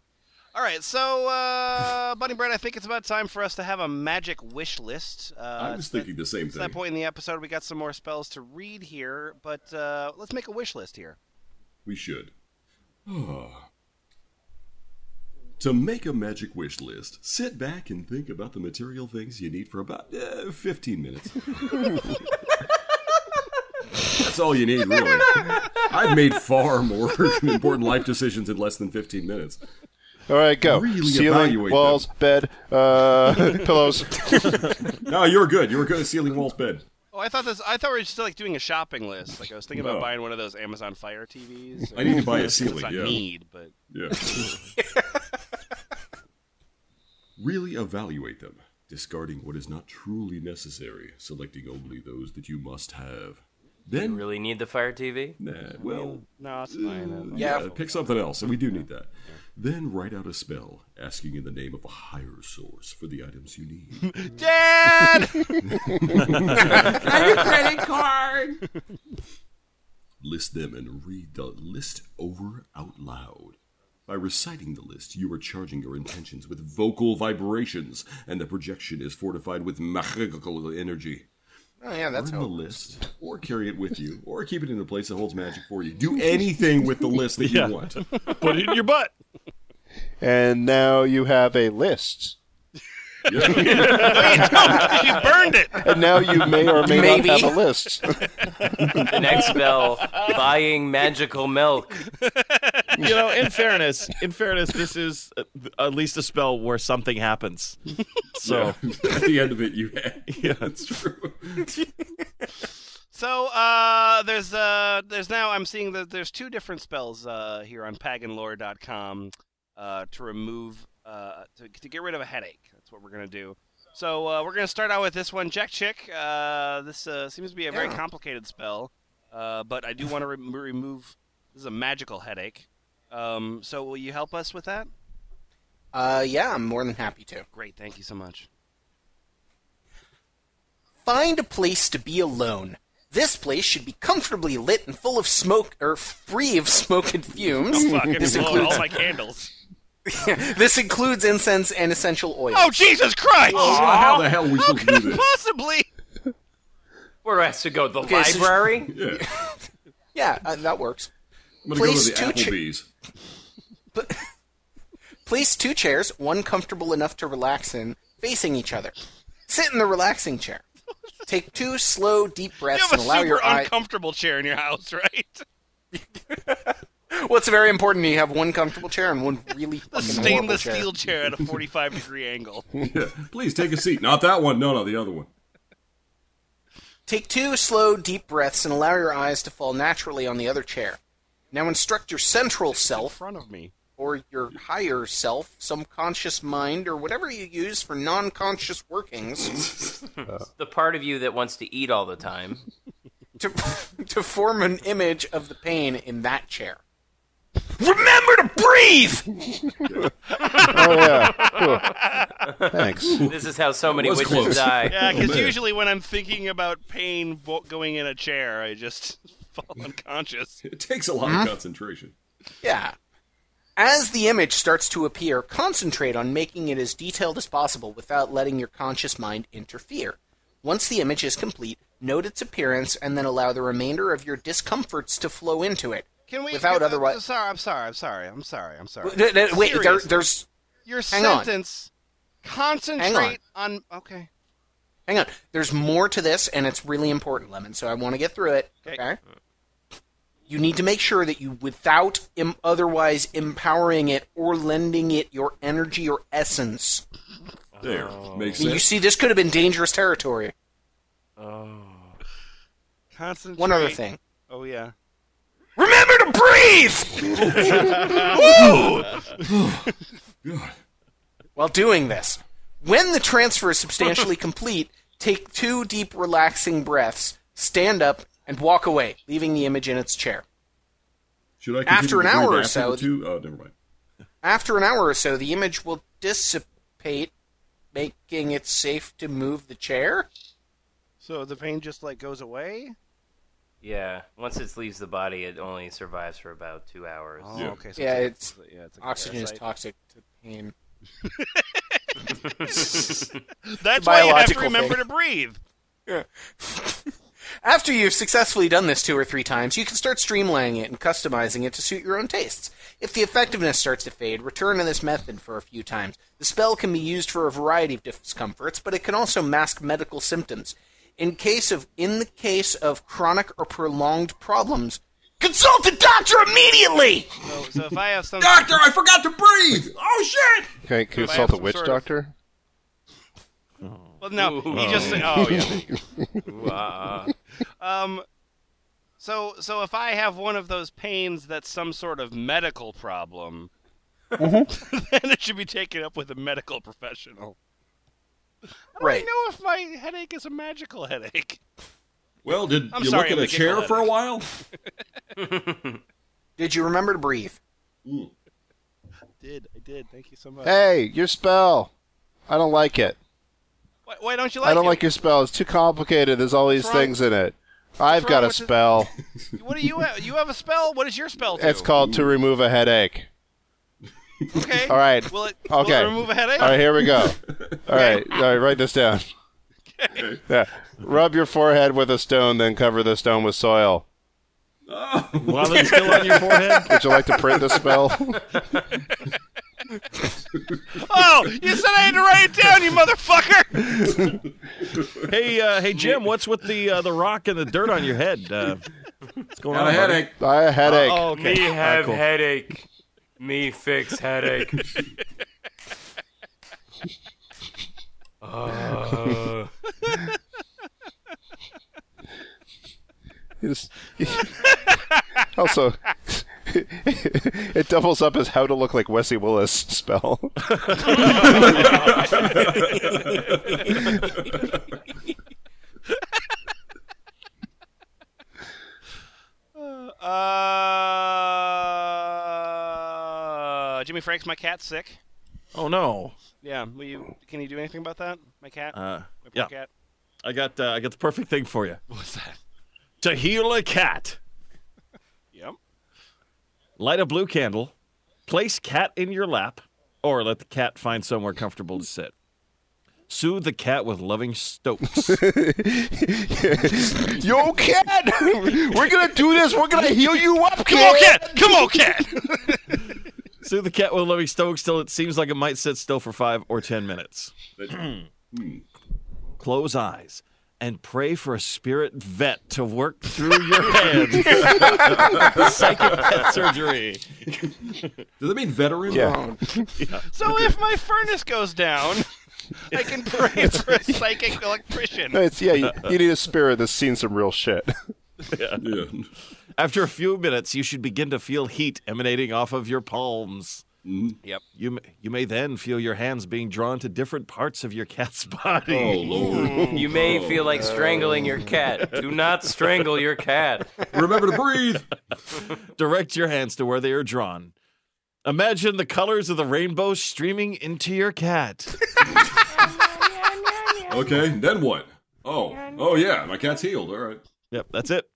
[SPEAKER 5] All right, so uh, Bunny Bread, I think it's about time for us to have a magic wish list. Uh,
[SPEAKER 1] I was
[SPEAKER 5] it's
[SPEAKER 1] thinking the same
[SPEAKER 5] At
[SPEAKER 1] thing.
[SPEAKER 5] that point in the episode, we got some more spells to read here, but uh, let's make a wish list here.
[SPEAKER 1] We should. Ah. to make a magic wish list, sit back and think about the material things you need for about uh, 15 minutes. That's all you need, really. I've made far more important life decisions in less than 15 minutes.
[SPEAKER 6] All right, go.
[SPEAKER 1] Really
[SPEAKER 6] Ceiling,
[SPEAKER 1] evaluate
[SPEAKER 6] walls, bed, uh, pillows.
[SPEAKER 1] No, you were good. You were good. Ceiling walls bed.
[SPEAKER 5] Oh, I thought this. I thought we were just like doing a shopping list. Like I was thinking
[SPEAKER 1] No.
[SPEAKER 5] about buying one of those Amazon Fire TVs.
[SPEAKER 1] I need to buy a
[SPEAKER 5] It's
[SPEAKER 1] ceiling,
[SPEAKER 5] not
[SPEAKER 1] yeah.
[SPEAKER 5] need, but
[SPEAKER 1] Yeah. really evaluate them, discarding what is not truly necessary, selecting only those that you must have.
[SPEAKER 9] You
[SPEAKER 1] Then,
[SPEAKER 9] really need the fire TV?
[SPEAKER 1] nah, well,
[SPEAKER 5] no, it's
[SPEAKER 1] uh,
[SPEAKER 5] fine.
[SPEAKER 1] yeah, pick something else, and we do need that. Then write out a spell, asking in the name of a higher source for the items you need.
[SPEAKER 5] Dad.
[SPEAKER 1] list them and read the list over out loud. By reciting the list, you are charging your intentions with vocal vibrations, and the projection is fortified with magical energy.
[SPEAKER 3] Oh, yeah, that's
[SPEAKER 1] Burn
[SPEAKER 3] how.
[SPEAKER 1] the list, or carry it with you, or keep it in a place that holds magic for you. Do anything with the list that you want.
[SPEAKER 8] Put it in your butt.
[SPEAKER 6] and now you have a list.
[SPEAKER 10] you burned it.
[SPEAKER 6] And now you may or may
[SPEAKER 9] Maybe.
[SPEAKER 6] not have a list.
[SPEAKER 9] The next bell, buying magical milk.
[SPEAKER 8] you know, in fairness, in fairness, this is uh, at least a spell where something happens. So
[SPEAKER 1] At the end of it, you had.
[SPEAKER 8] Yeah.
[SPEAKER 1] that's true.
[SPEAKER 5] So uh, there's uh, there's now I'm seeing that there's two different spells uh, here on paganlore.com uh, to remove uh, to, to get rid of a headache. That's what we're gonna do. So uh, we're gonna start out with this one, Jack Chick. Uh, this uh, seems to be a very complicated spell, uh, but I do want to re- remove. This is a magical headache. Um, so will you help us with that?
[SPEAKER 3] Uh, yeah, I'm more than happy to.
[SPEAKER 5] Great, thank you so much.
[SPEAKER 3] Find a place to be alone. This place should be comfortably lit and full of smoke, or free of smoke and fumes.
[SPEAKER 10] Fuck, it
[SPEAKER 3] this,
[SPEAKER 10] blew
[SPEAKER 8] oh
[SPEAKER 3] includes,
[SPEAKER 10] all my candles.
[SPEAKER 3] this includes incense and essential oil.
[SPEAKER 10] Oh, Jesus Christ!
[SPEAKER 1] How the hell are we supposed to do this?
[SPEAKER 5] Possibly.
[SPEAKER 9] We're asked to go to the
[SPEAKER 3] Okay, so-
[SPEAKER 9] library.
[SPEAKER 1] Yeah.
[SPEAKER 3] Yeah, uh, that works.
[SPEAKER 1] I'm going to go
[SPEAKER 3] Place
[SPEAKER 1] to
[SPEAKER 3] two
[SPEAKER 1] the
[SPEAKER 3] cha-
[SPEAKER 1] Applebee's.
[SPEAKER 3] Place two chairs, one comfortable enough to relax in, facing each other. Sit in the relaxing chair. Take two slow, deep
[SPEAKER 10] You
[SPEAKER 3] breaths
[SPEAKER 10] have a
[SPEAKER 3] and allow
[SPEAKER 10] super
[SPEAKER 3] your eye.
[SPEAKER 10] uncomfortable chair in your house, right?
[SPEAKER 3] What's very important, you have one comfortable chair and one really
[SPEAKER 10] A
[SPEAKER 3] fucking horrible
[SPEAKER 10] stainless
[SPEAKER 3] chair.
[SPEAKER 10] steel chair at a 45 degree angle.
[SPEAKER 1] Yeah. Please take a seat. Not that one. No, no, the other one.
[SPEAKER 3] Take two slow, deep breaths and allow your eyes to fall naturally on the other chair. Now instruct your central
[SPEAKER 5] In
[SPEAKER 3] self
[SPEAKER 5] front of me.
[SPEAKER 3] or your higher self, some conscious mind, or whatever you use for non conscious workings,
[SPEAKER 9] The part of you that wants to eat all the time.
[SPEAKER 3] to, to form an image of the pain in that chair.
[SPEAKER 7] Remember to breathe!
[SPEAKER 6] Oh yeah. Cool. Thanks.
[SPEAKER 9] This is how so many
[SPEAKER 1] was
[SPEAKER 9] witches
[SPEAKER 1] close.
[SPEAKER 9] die.
[SPEAKER 5] Yeah, because
[SPEAKER 1] man.
[SPEAKER 5] usually when I'm thinking about pain vo- going in a chair, I just fall unconscious.
[SPEAKER 1] It takes a lot of concentration.
[SPEAKER 3] Yeah. As the image starts to appear, concentrate on making it as detailed as possible without letting your conscious mind interfere. Once the image is complete, note its appearance and then allow the remainder of your discomforts to flow into it.
[SPEAKER 5] Can we?
[SPEAKER 3] Without
[SPEAKER 5] uh,
[SPEAKER 3] otherwise-
[SPEAKER 5] uh, Sorry, I'm sorry. I'm sorry. I'm sorry. I'm sorry.
[SPEAKER 3] Wait, no, no, wait there,
[SPEAKER 5] Seriously.
[SPEAKER 3] there's.
[SPEAKER 5] your
[SPEAKER 3] hang on.
[SPEAKER 5] sentence. Concentrate on. Okay.
[SPEAKER 3] Hang on. There's more to this, and it's really important, Lemon, so I want to get through it.
[SPEAKER 5] Okay.
[SPEAKER 3] okay? You need to make sure that you, without Im- otherwise empowering it or lending it your energy or essence,
[SPEAKER 1] There. Makes
[SPEAKER 3] I mean, you
[SPEAKER 1] sense.
[SPEAKER 3] see, this could have been dangerous territory.
[SPEAKER 5] Concentrate.
[SPEAKER 3] One other thing.
[SPEAKER 5] Oh yeah.
[SPEAKER 7] Remember to breathe!
[SPEAKER 1] God.
[SPEAKER 3] while doing this. When the transfer is substantially complete, take two deep, relaxing breaths, stand up, and walk away, leaving the image in its chair.
[SPEAKER 1] Should I
[SPEAKER 3] After
[SPEAKER 1] continue
[SPEAKER 3] an
[SPEAKER 1] to
[SPEAKER 3] hour
[SPEAKER 1] read
[SPEAKER 3] or
[SPEAKER 1] after
[SPEAKER 3] so-
[SPEAKER 1] the Two? Oh, never mind.
[SPEAKER 3] After an hour or so, the image will dissipate, making it safe to move the chair.
[SPEAKER 5] So the pain just like goes away.
[SPEAKER 9] Yeah. Once it leaves the body, it only survives for about two hours.
[SPEAKER 5] Oh,
[SPEAKER 1] Yeah.
[SPEAKER 5] okay.
[SPEAKER 3] Yeah,
[SPEAKER 5] it's, a- yeah, it's a
[SPEAKER 3] Oxygen is
[SPEAKER 5] parasite.
[SPEAKER 3] toxic to pain.
[SPEAKER 10] That's why you have to
[SPEAKER 3] Biological
[SPEAKER 10] remember
[SPEAKER 3] thing.
[SPEAKER 10] to breathe.
[SPEAKER 3] After you've successfully done this two or three times, you can start streamlining it and customizing it to suit your own tastes. If the effectiveness starts to fade, return to this method for a few times. The spell can be used for a variety of discomforts, but it can also mask medical symptoms. In case of in the case of chronic or prolonged problems,
[SPEAKER 7] Consult the doctor immediately!
[SPEAKER 5] So, so if I have some.
[SPEAKER 7] Doctor, I forgot to breathe! Oh shit!
[SPEAKER 6] Can I
[SPEAKER 5] have
[SPEAKER 6] consult a
[SPEAKER 5] some
[SPEAKER 6] witch
[SPEAKER 5] sort of-
[SPEAKER 6] doctor?
[SPEAKER 5] Well, no, he just. said- Oh yeah.
[SPEAKER 9] Wow.
[SPEAKER 5] Um, so so if I have one of those pains that's some sort of medical problem, then it should be taken up with a medical professional. How do
[SPEAKER 3] Right.
[SPEAKER 5] I know if my headache is a magical headache?
[SPEAKER 1] Well, did
[SPEAKER 5] I'm
[SPEAKER 1] you
[SPEAKER 5] sorry,
[SPEAKER 1] look at
[SPEAKER 5] I'm
[SPEAKER 1] a
[SPEAKER 5] a
[SPEAKER 1] chair
[SPEAKER 5] gigolo.
[SPEAKER 1] for a while?
[SPEAKER 3] did you remember to breathe?
[SPEAKER 5] Did I did? Thank you so much.
[SPEAKER 6] Hey, your spell. I don't like it.
[SPEAKER 5] Why, why don't you like?
[SPEAKER 6] I don't
[SPEAKER 5] it?
[SPEAKER 6] like your spell. It's too complicated. There's all these
[SPEAKER 5] What's wrong-
[SPEAKER 6] things in it. I've
[SPEAKER 5] wrong
[SPEAKER 6] got a
[SPEAKER 5] with it?
[SPEAKER 6] spell.
[SPEAKER 5] What do you have? You have a spell. What does your spell do?
[SPEAKER 6] It's called to remove a headache.
[SPEAKER 5] Okay.
[SPEAKER 6] All right.
[SPEAKER 5] Will it, will
[SPEAKER 6] Okay.
[SPEAKER 5] it remove a headache?
[SPEAKER 6] All right, here we go. All right, all right, write this down. Yeah. Rub your forehead with a stone, then cover the stone with soil.
[SPEAKER 8] while it's still on your forehead,
[SPEAKER 6] Would you like to print this spell?
[SPEAKER 5] Oh,
[SPEAKER 10] now! You said I had to write it down, you motherfucker!
[SPEAKER 8] hey, uh, hey, Jim, what's with the uh, the rock and the dirt on your head? Uh, what's going
[SPEAKER 1] Got
[SPEAKER 8] on?
[SPEAKER 1] a
[SPEAKER 8] buddy?
[SPEAKER 1] headache.
[SPEAKER 6] I a headache.
[SPEAKER 8] Oh, okay.
[SPEAKER 9] Me
[SPEAKER 8] All right,
[SPEAKER 9] have
[SPEAKER 8] cool.
[SPEAKER 9] headache. Me fix headache. Uh,
[SPEAKER 6] He just- also, it doubles up as how to look like Wesley Willis spell.
[SPEAKER 5] Uh, Jimmy Frank's my cat's sick.
[SPEAKER 8] Oh no.
[SPEAKER 5] Yeah, will you, can you do anything about that? My cat,
[SPEAKER 8] Uh,
[SPEAKER 5] my poor
[SPEAKER 8] yeah,
[SPEAKER 5] cat.
[SPEAKER 8] I got uh, I got the perfect thing for you
[SPEAKER 5] What's that?
[SPEAKER 8] to heal a cat.
[SPEAKER 5] Yep.
[SPEAKER 8] Light a blue candle, place cat in your lap, or let the cat find somewhere comfortable to sit. Soothe the cat with loving strokes.
[SPEAKER 6] Yo, cat! We're gonna do this! We're gonna heal you up,
[SPEAKER 10] Come on, cat! Come on, cat!
[SPEAKER 8] Soothe the cat with loving strokes till it seems like it might sit still for five or ten minutes.
[SPEAKER 1] Hmm.
[SPEAKER 8] Close eyes and pray for a spirit vet to work through your head. Psychic pet surgery.
[SPEAKER 1] Does that mean veteran?
[SPEAKER 6] Yeah.
[SPEAKER 5] So if my furnace goes down, I can pray for a psychic electrician.
[SPEAKER 6] No, it's, yeah, you, you need a spirit that's seen some real shit.
[SPEAKER 1] Yeah.
[SPEAKER 8] After a few minutes, you should begin to feel heat emanating off of your palms.
[SPEAKER 1] Mm-hmm.
[SPEAKER 5] Yep.
[SPEAKER 8] You may, you may then feel your hands being drawn to different parts of your cat's body.
[SPEAKER 1] Oh lord.
[SPEAKER 9] Mm. you may feel like strangling your cat. Do not strangle your cat.
[SPEAKER 1] Remember to breathe.
[SPEAKER 8] Direct your hands to where they are drawn. Imagine the colors of the rainbow streaming into your cat.
[SPEAKER 1] Okay. Then what? Oh. Oh yeah. My cat's healed. All right.
[SPEAKER 8] yep, that's it.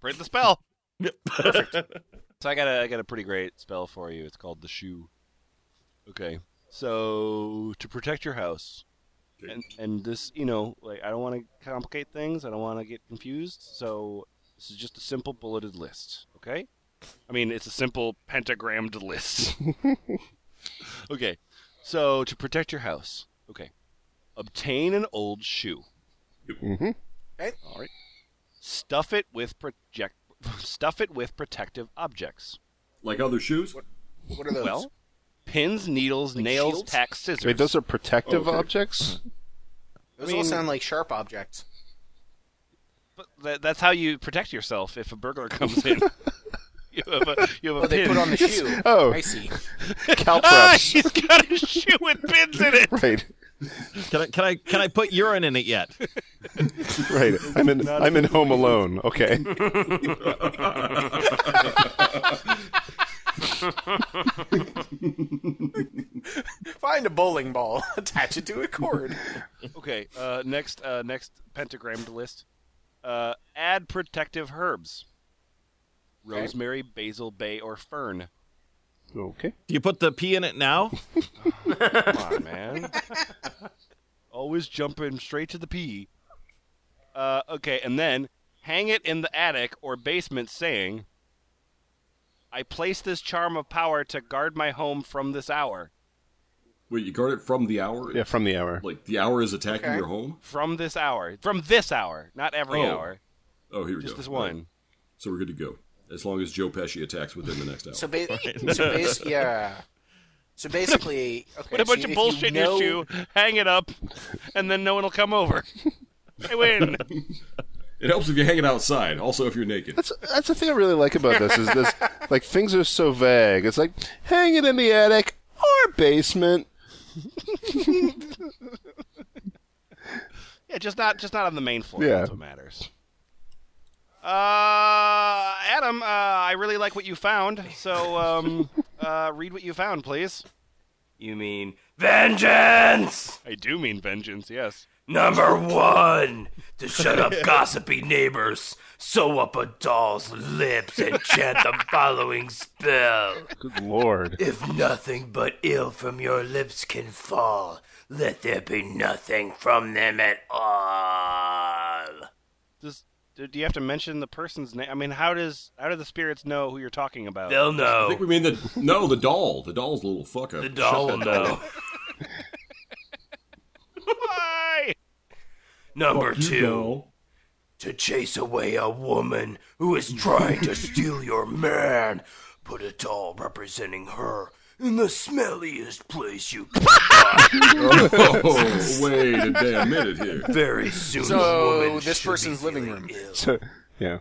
[SPEAKER 5] Print the spell.
[SPEAKER 8] Yep.
[SPEAKER 5] So I got a I got a pretty great spell for you. It's called the shoe. Okay. So to protect your house. And and this, you know, like I don't want to complicate things. I don't want to get confused. So this is just a simple bulleted list, okay? I mean, it's a simple pentagrammed list. okay. So to protect your house, okay. Obtain an old shoe.
[SPEAKER 6] Mhm.
[SPEAKER 3] Okay.
[SPEAKER 5] All right. Stuff it with project stuff it with protective objects.
[SPEAKER 1] Like other shoes.
[SPEAKER 3] What are those?
[SPEAKER 5] Well, pins, needles, nails,
[SPEAKER 3] shields?
[SPEAKER 5] tacks, scissors.
[SPEAKER 6] Wait, those are protective
[SPEAKER 1] Okay.
[SPEAKER 6] objects?
[SPEAKER 3] those
[SPEAKER 5] I
[SPEAKER 3] all
[SPEAKER 5] mean-
[SPEAKER 3] sound like sharp objects.
[SPEAKER 5] But tha- that's how you protect yourself if a burglar comes in. you have a you have
[SPEAKER 3] Oh,
[SPEAKER 5] a
[SPEAKER 3] they
[SPEAKER 5] pin.
[SPEAKER 3] put on the shoe.
[SPEAKER 6] Oh.
[SPEAKER 3] I see.
[SPEAKER 5] ah,
[SPEAKER 6] Calpreps.
[SPEAKER 5] he's got a shoe with pins in it.
[SPEAKER 6] right,
[SPEAKER 8] Can I can I can I put urine in it yet?
[SPEAKER 6] right. I'm in, I'm in Home Alone. Okay.
[SPEAKER 3] Find a bowling ball, attach it to a cord.
[SPEAKER 5] Okay, uh, next uh, next pentagrammed list. Uh, add protective herbs. Rosemary, basil, bay, or fern.
[SPEAKER 6] Okay.
[SPEAKER 8] Do you put the pee in it now?
[SPEAKER 5] Come on, man. Always jumping straight to the pee. Uh, okay, and then hang it in the attic or basement saying, I place this charm of power to guard my home from this hour.
[SPEAKER 1] Wait. You guard it from the hour.
[SPEAKER 6] Yeah, from the hour.
[SPEAKER 1] Like the hour is attacking
[SPEAKER 3] Okay.
[SPEAKER 1] your home.
[SPEAKER 5] From this hour. From this hour. Not every
[SPEAKER 1] Oh,
[SPEAKER 5] hour.
[SPEAKER 1] Oh, here we
[SPEAKER 5] Just
[SPEAKER 1] go.
[SPEAKER 5] this
[SPEAKER 1] All right.
[SPEAKER 5] one.
[SPEAKER 1] So we're good to go. As long as Joe Pesci attacks within the next hour.
[SPEAKER 3] So, ba- so bas- yeah. So basically, okay,
[SPEAKER 5] Put a
[SPEAKER 3] so
[SPEAKER 5] bunch
[SPEAKER 3] if
[SPEAKER 5] of bullshit
[SPEAKER 3] you
[SPEAKER 5] in your
[SPEAKER 3] know-
[SPEAKER 5] shoe, hang it up, and then no one will come over. I win.
[SPEAKER 1] it helps if you hang it outside. Also, if you're naked.
[SPEAKER 6] That's that's the thing I really like about this is this like things are so vague. It's like hang it in the attic or basement.
[SPEAKER 5] Yeah, just not just not on the main floor.
[SPEAKER 6] Yeah.
[SPEAKER 5] That's what matters. Uh, Adam, uh, I really like what you found. So, um, uh, read what you found, please.
[SPEAKER 9] You mean vengeance?
[SPEAKER 5] I do mean vengeance. Yes.
[SPEAKER 9] Number one, to shut up gossipy neighbors, sew up a doll's lips, and chant the following spell.
[SPEAKER 6] Good lord.
[SPEAKER 9] If nothing but ill from your lips can fall, let there be nothing from them at all.
[SPEAKER 5] Does do do you have to mention the person's name? I mean, how does how do the spirits know who you're talking about?
[SPEAKER 9] They'll
[SPEAKER 1] I think
[SPEAKER 9] know.
[SPEAKER 1] we mean the no, the doll. The doll's a little fucker.
[SPEAKER 9] The doll will know.
[SPEAKER 11] Number
[SPEAKER 1] Fuck you,
[SPEAKER 11] two,
[SPEAKER 1] doll.
[SPEAKER 11] to chase away a woman who is trying to steal your man, put a doll representing her in the smelliest place you can.
[SPEAKER 1] Oh, wait a damn minute here.
[SPEAKER 11] Very soon,
[SPEAKER 3] So,
[SPEAKER 11] a woman
[SPEAKER 3] this
[SPEAKER 11] should be
[SPEAKER 3] person's living
[SPEAKER 11] feeling
[SPEAKER 3] room. Mm-hmm.
[SPEAKER 11] ill.
[SPEAKER 6] So, yeah.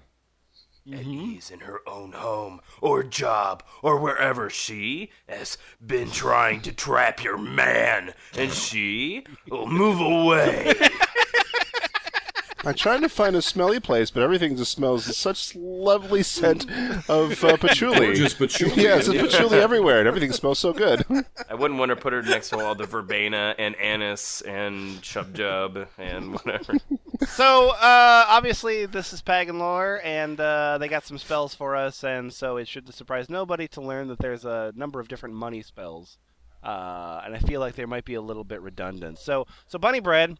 [SPEAKER 11] at ease in her own home or job or wherever she has been trying to trap your man, and she will move away.
[SPEAKER 6] I'm trying to find a smelly place, but everything just smells such lovely scent of uh, patchouli.
[SPEAKER 1] Gorgeous patchouli.
[SPEAKER 6] Yeah, it's a patchouli everywhere, and everything smells so good.
[SPEAKER 9] I wouldn't want to put her next to all the verbena and anise and chub jub and whatever.
[SPEAKER 5] So uh, obviously this is Pagan lore, and uh, they got some spells for us, and so it should surprise nobody to learn that there's a number of different money spells, uh, and I feel like there might be a little bit redundant. So so Bunny Bread,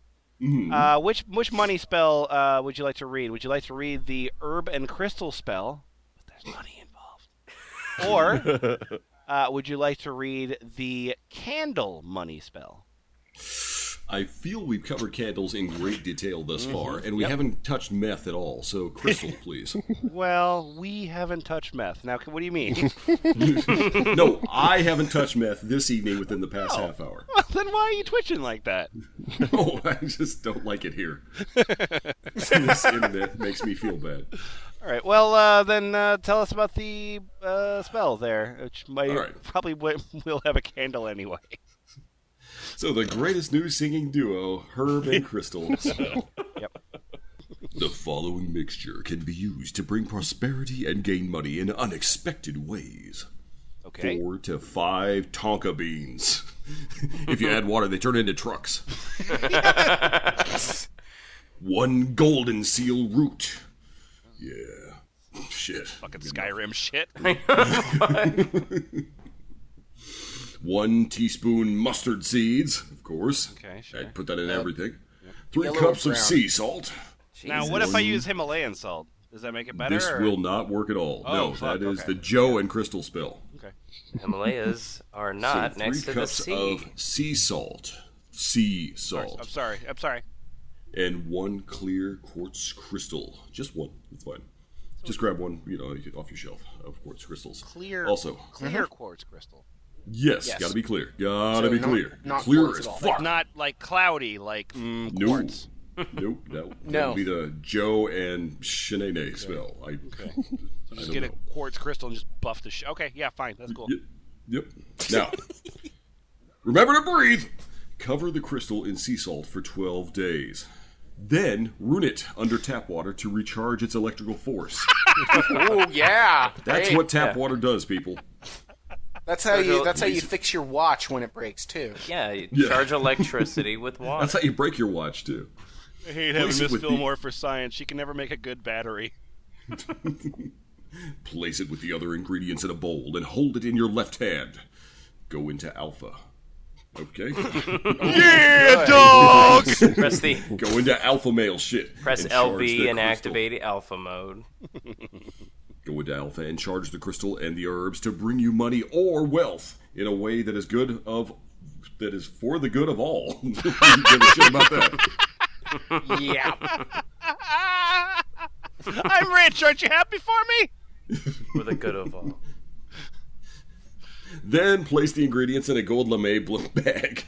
[SPEAKER 5] uh, which which money spell uh, would you like to read? Would you like to read the herb and crystal spell? But there's money involved. or uh, would you like to read the candle money spell?
[SPEAKER 1] I feel we've covered candles in great detail thus far, and we haven't touched meth at all. So, crystal, please.
[SPEAKER 5] Well, we haven't touched meth. Now, what do you mean?
[SPEAKER 1] no, I haven't touched meth this evening within the past half hour.
[SPEAKER 5] Well, then why are you twitching like that?
[SPEAKER 1] Oh, I just don't like it here. this internet makes me feel bad.
[SPEAKER 5] All right. Well, uh, then uh, tell us about the uh, spell there, which might
[SPEAKER 1] All right.
[SPEAKER 5] probably w- will have a candle anyway.
[SPEAKER 1] So, the greatest new singing duo, Herb and Crystal, spell.
[SPEAKER 5] Yep.
[SPEAKER 1] The following mixture can be used to bring prosperity and gain money in unexpected ways.
[SPEAKER 5] Okay.
[SPEAKER 1] Four to five Tonka beans. if you add water, they turn into trucks. One golden seal root. Yeah. Shit.
[SPEAKER 5] Fucking Skyrim shit.
[SPEAKER 1] One teaspoon mustard seeds, of course.
[SPEAKER 5] Okay,
[SPEAKER 1] i put that in everything. Three
[SPEAKER 5] Yellow
[SPEAKER 1] cups
[SPEAKER 5] or
[SPEAKER 1] of
[SPEAKER 5] brown?
[SPEAKER 1] sea salt.
[SPEAKER 5] Now, what if I
[SPEAKER 1] One-
[SPEAKER 5] use Himalayan salt? Does that make it better?
[SPEAKER 1] This
[SPEAKER 5] or-
[SPEAKER 1] will not work at all.
[SPEAKER 5] Oh,
[SPEAKER 1] no,
[SPEAKER 5] fuck,
[SPEAKER 1] that is
[SPEAKER 5] okay.
[SPEAKER 1] the Joe and Crystal spell.
[SPEAKER 5] Okay.
[SPEAKER 9] Himalayas are not
[SPEAKER 1] So
[SPEAKER 9] next to
[SPEAKER 1] three
[SPEAKER 9] the
[SPEAKER 1] cups
[SPEAKER 9] sea.
[SPEAKER 1] of sea salt, sea
[SPEAKER 5] I'm
[SPEAKER 1] salt,
[SPEAKER 5] sorry. I'm sorry.
[SPEAKER 1] and one clear quartz crystal. Just one. It's fine. Just grab one, you know, off your shelf of quartz crystals.
[SPEAKER 5] Clear.
[SPEAKER 1] Also,
[SPEAKER 5] clear quartz crystal.
[SPEAKER 1] Yes,
[SPEAKER 5] Mm-hmm. Yes.
[SPEAKER 1] gotta be clear. Gotta
[SPEAKER 5] So
[SPEAKER 1] be
[SPEAKER 5] not-
[SPEAKER 1] clear.
[SPEAKER 5] not
[SPEAKER 1] clear
[SPEAKER 5] quartz
[SPEAKER 1] as
[SPEAKER 5] at all.
[SPEAKER 1] fuck.
[SPEAKER 5] Like, not like cloudy, like mm,
[SPEAKER 1] No.
[SPEAKER 5] quartz.
[SPEAKER 1] Nope, that would
[SPEAKER 5] No.
[SPEAKER 1] be the Joe and Shanae spell. I, I
[SPEAKER 5] Just
[SPEAKER 1] don't
[SPEAKER 5] get
[SPEAKER 1] know.
[SPEAKER 5] a quartz crystal and just buff the shit. Okay, yeah, fine. That's cool.
[SPEAKER 1] Yep. Now, remember to breathe. Cover the crystal in sea salt for 12 days. Then ruin it under tap water to recharge its electrical force.
[SPEAKER 3] oh yeah.
[SPEAKER 1] That's
[SPEAKER 3] Hey,
[SPEAKER 1] what tap water does, people.
[SPEAKER 3] That's how you. That's how you
[SPEAKER 1] Reason.
[SPEAKER 3] fix your watch when it breaks too.
[SPEAKER 9] Yeah, you
[SPEAKER 1] Yeah.
[SPEAKER 9] charge electricity with water.
[SPEAKER 1] That's how you break your watch, too.
[SPEAKER 5] I hate
[SPEAKER 1] having
[SPEAKER 5] having
[SPEAKER 1] Place it Miss
[SPEAKER 5] Miss
[SPEAKER 1] with the-
[SPEAKER 5] Fillmore
[SPEAKER 1] Fillmore
[SPEAKER 5] for science. She can never make a good battery.
[SPEAKER 1] Place it with the other ingredients in a bowl and hold it in your left hand. Go into alpha. Okay?
[SPEAKER 10] Yeah, dog!
[SPEAKER 9] Press the
[SPEAKER 1] Go into alpha male shit.
[SPEAKER 9] press
[SPEAKER 1] and charge
[SPEAKER 9] LB
[SPEAKER 1] the
[SPEAKER 9] and
[SPEAKER 1] crystal.
[SPEAKER 9] activate alpha mode.
[SPEAKER 1] Go into alpha and charge the crystal and the herbs to bring you money or wealth in a way that is good of that is for the good of all. You Give a shit about that.
[SPEAKER 3] Yeah.
[SPEAKER 5] I'm rich. Aren't you happy for me?
[SPEAKER 9] For the good of all.
[SPEAKER 1] Then place the ingredients in a gold lame bl- bag.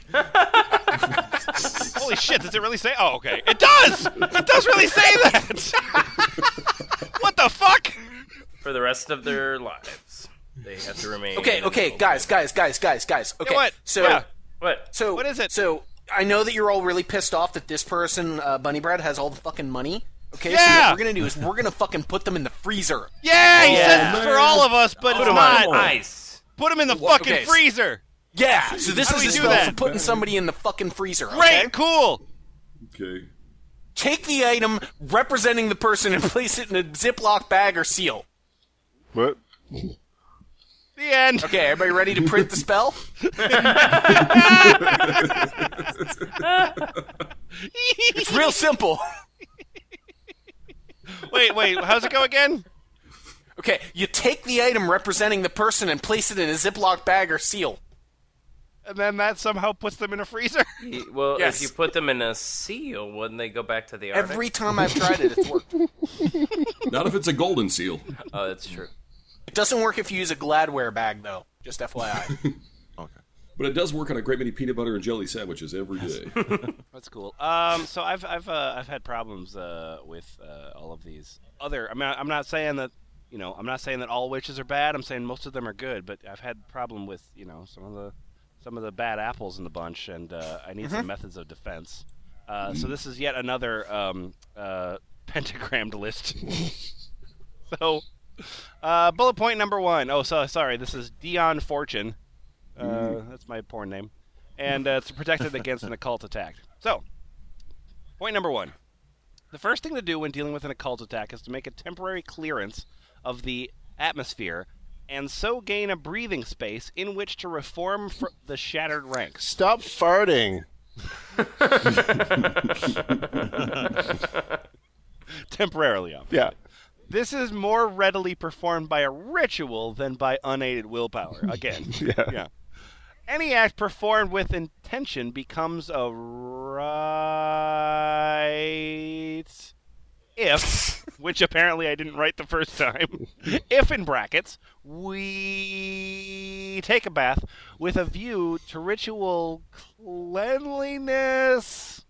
[SPEAKER 5] Holy shit, does it really say? Oh, okay. It does! It does really say that! what the fuck?
[SPEAKER 9] For the rest of their lives. They have to remain
[SPEAKER 3] Okay, okay, guys, guys, guys, guys, guys. Okay,
[SPEAKER 5] what?
[SPEAKER 3] so
[SPEAKER 5] Yeah.
[SPEAKER 9] What?
[SPEAKER 3] So what is it? So I know that you're all really pissed off that this person, uh, Bunny Bread, has all the fucking money. Okay, so
[SPEAKER 5] Yeah.
[SPEAKER 3] what we're gonna do is we're gonna fucking put them in the freezer.
[SPEAKER 5] Yeah, he
[SPEAKER 9] Yeah.
[SPEAKER 5] says it's for all of us, but it's
[SPEAKER 9] Put them on
[SPEAKER 5] not.
[SPEAKER 9] ice.
[SPEAKER 5] Put him in the
[SPEAKER 3] Well,
[SPEAKER 5] fucking
[SPEAKER 3] okay.
[SPEAKER 5] freezer.
[SPEAKER 3] Yeah. So this
[SPEAKER 5] How do
[SPEAKER 3] is
[SPEAKER 5] we
[SPEAKER 3] the
[SPEAKER 5] do
[SPEAKER 3] spell
[SPEAKER 5] that?
[SPEAKER 3] for putting somebody in the fucking freezer. okay?
[SPEAKER 5] Great, cool.
[SPEAKER 1] Okay.
[SPEAKER 3] Take the item representing the person and place it in a Ziploc bag or seal.
[SPEAKER 6] What?
[SPEAKER 5] The end.
[SPEAKER 3] Okay, everybody ready to print the spell? it's real simple.
[SPEAKER 5] Wait, wait, how's it go again?
[SPEAKER 3] Okay, you take the item representing the person and place it in a Ziploc bag or seal.
[SPEAKER 5] and then that somehow puts them in a freezer.
[SPEAKER 9] Y- Well, if you put them in a seal, wouldn't they go back to the Arctic?
[SPEAKER 3] Every time I've tried it, it's worked.
[SPEAKER 1] Not if it's a golden seal.
[SPEAKER 9] Oh, that's true.
[SPEAKER 3] It doesn't work if you use a Gladware bag, though. Just FYI.
[SPEAKER 1] But it does work on a great many peanut butter and jelly sandwiches every day.
[SPEAKER 5] That's cool. Um, so I've I've uh, I've had problems uh, with uh, all of these other. I'm not, I'm not saying that you know I'm not saying that all witches are bad. I'm saying most of them are good. But I've had problem with you know some of the some of the bad apples in the bunch, and uh, I need some methods of defense. Uh, So this is yet another um, uh, pentagrammed list. so uh, bullet point number one. Oh, so sorry. This is Dion Fortune. Uh,
[SPEAKER 12] Mm.
[SPEAKER 5] That's my porn name, and uh, it's protected against an occult attack. So, point number one. The first thing to do when dealing with an occult attack is to make a temporary clearance of the atmosphere and so gain a breathing space in which to reform fr- the shattered ranks.
[SPEAKER 6] Stop farting.
[SPEAKER 5] Temporarily, obviously.
[SPEAKER 6] Yeah.
[SPEAKER 5] This is more readily performed by a ritual than by unaided willpower. Again,
[SPEAKER 6] Yeah.
[SPEAKER 5] yeah. Any act performed with intention becomes a right if, which apparently I didn't write the first time, if in brackets, we take a bath with a view to ritual cleanliness.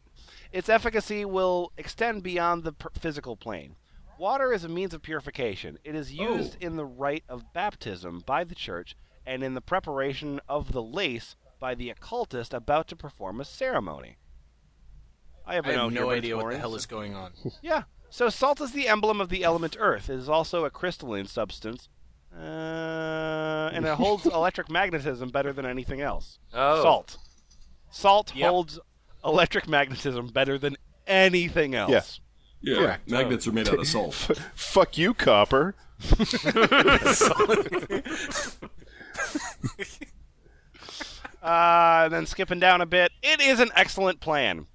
[SPEAKER 5] Its efficacy will extend beyond the per- physical plane. Water is a means of purification. It
[SPEAKER 3] Oh.
[SPEAKER 5] is used in the rite of baptism by the church and in the preparation of the lace by the occultist about to perform a ceremony. I have,
[SPEAKER 3] I
[SPEAKER 5] a
[SPEAKER 3] have
[SPEAKER 5] note here,
[SPEAKER 3] no
[SPEAKER 5] but it's
[SPEAKER 3] idea what the
[SPEAKER 5] orange,
[SPEAKER 3] hell
[SPEAKER 5] so-
[SPEAKER 3] is going on.
[SPEAKER 5] yeah. So salt is the emblem of the element earth. It is also a crystalline substance, uh, and it holds electric magnetism better than anything else.
[SPEAKER 9] Oh.
[SPEAKER 5] Salt. Salt
[SPEAKER 9] Yep.
[SPEAKER 5] holds electric magnetism better than anything else.
[SPEAKER 6] Yeah.
[SPEAKER 1] Yeah,
[SPEAKER 6] Correct.
[SPEAKER 1] magnets are made out of salt.
[SPEAKER 6] Fuck you, copper.
[SPEAKER 5] Uh, and then skipping down a bit, it is an excellent plan.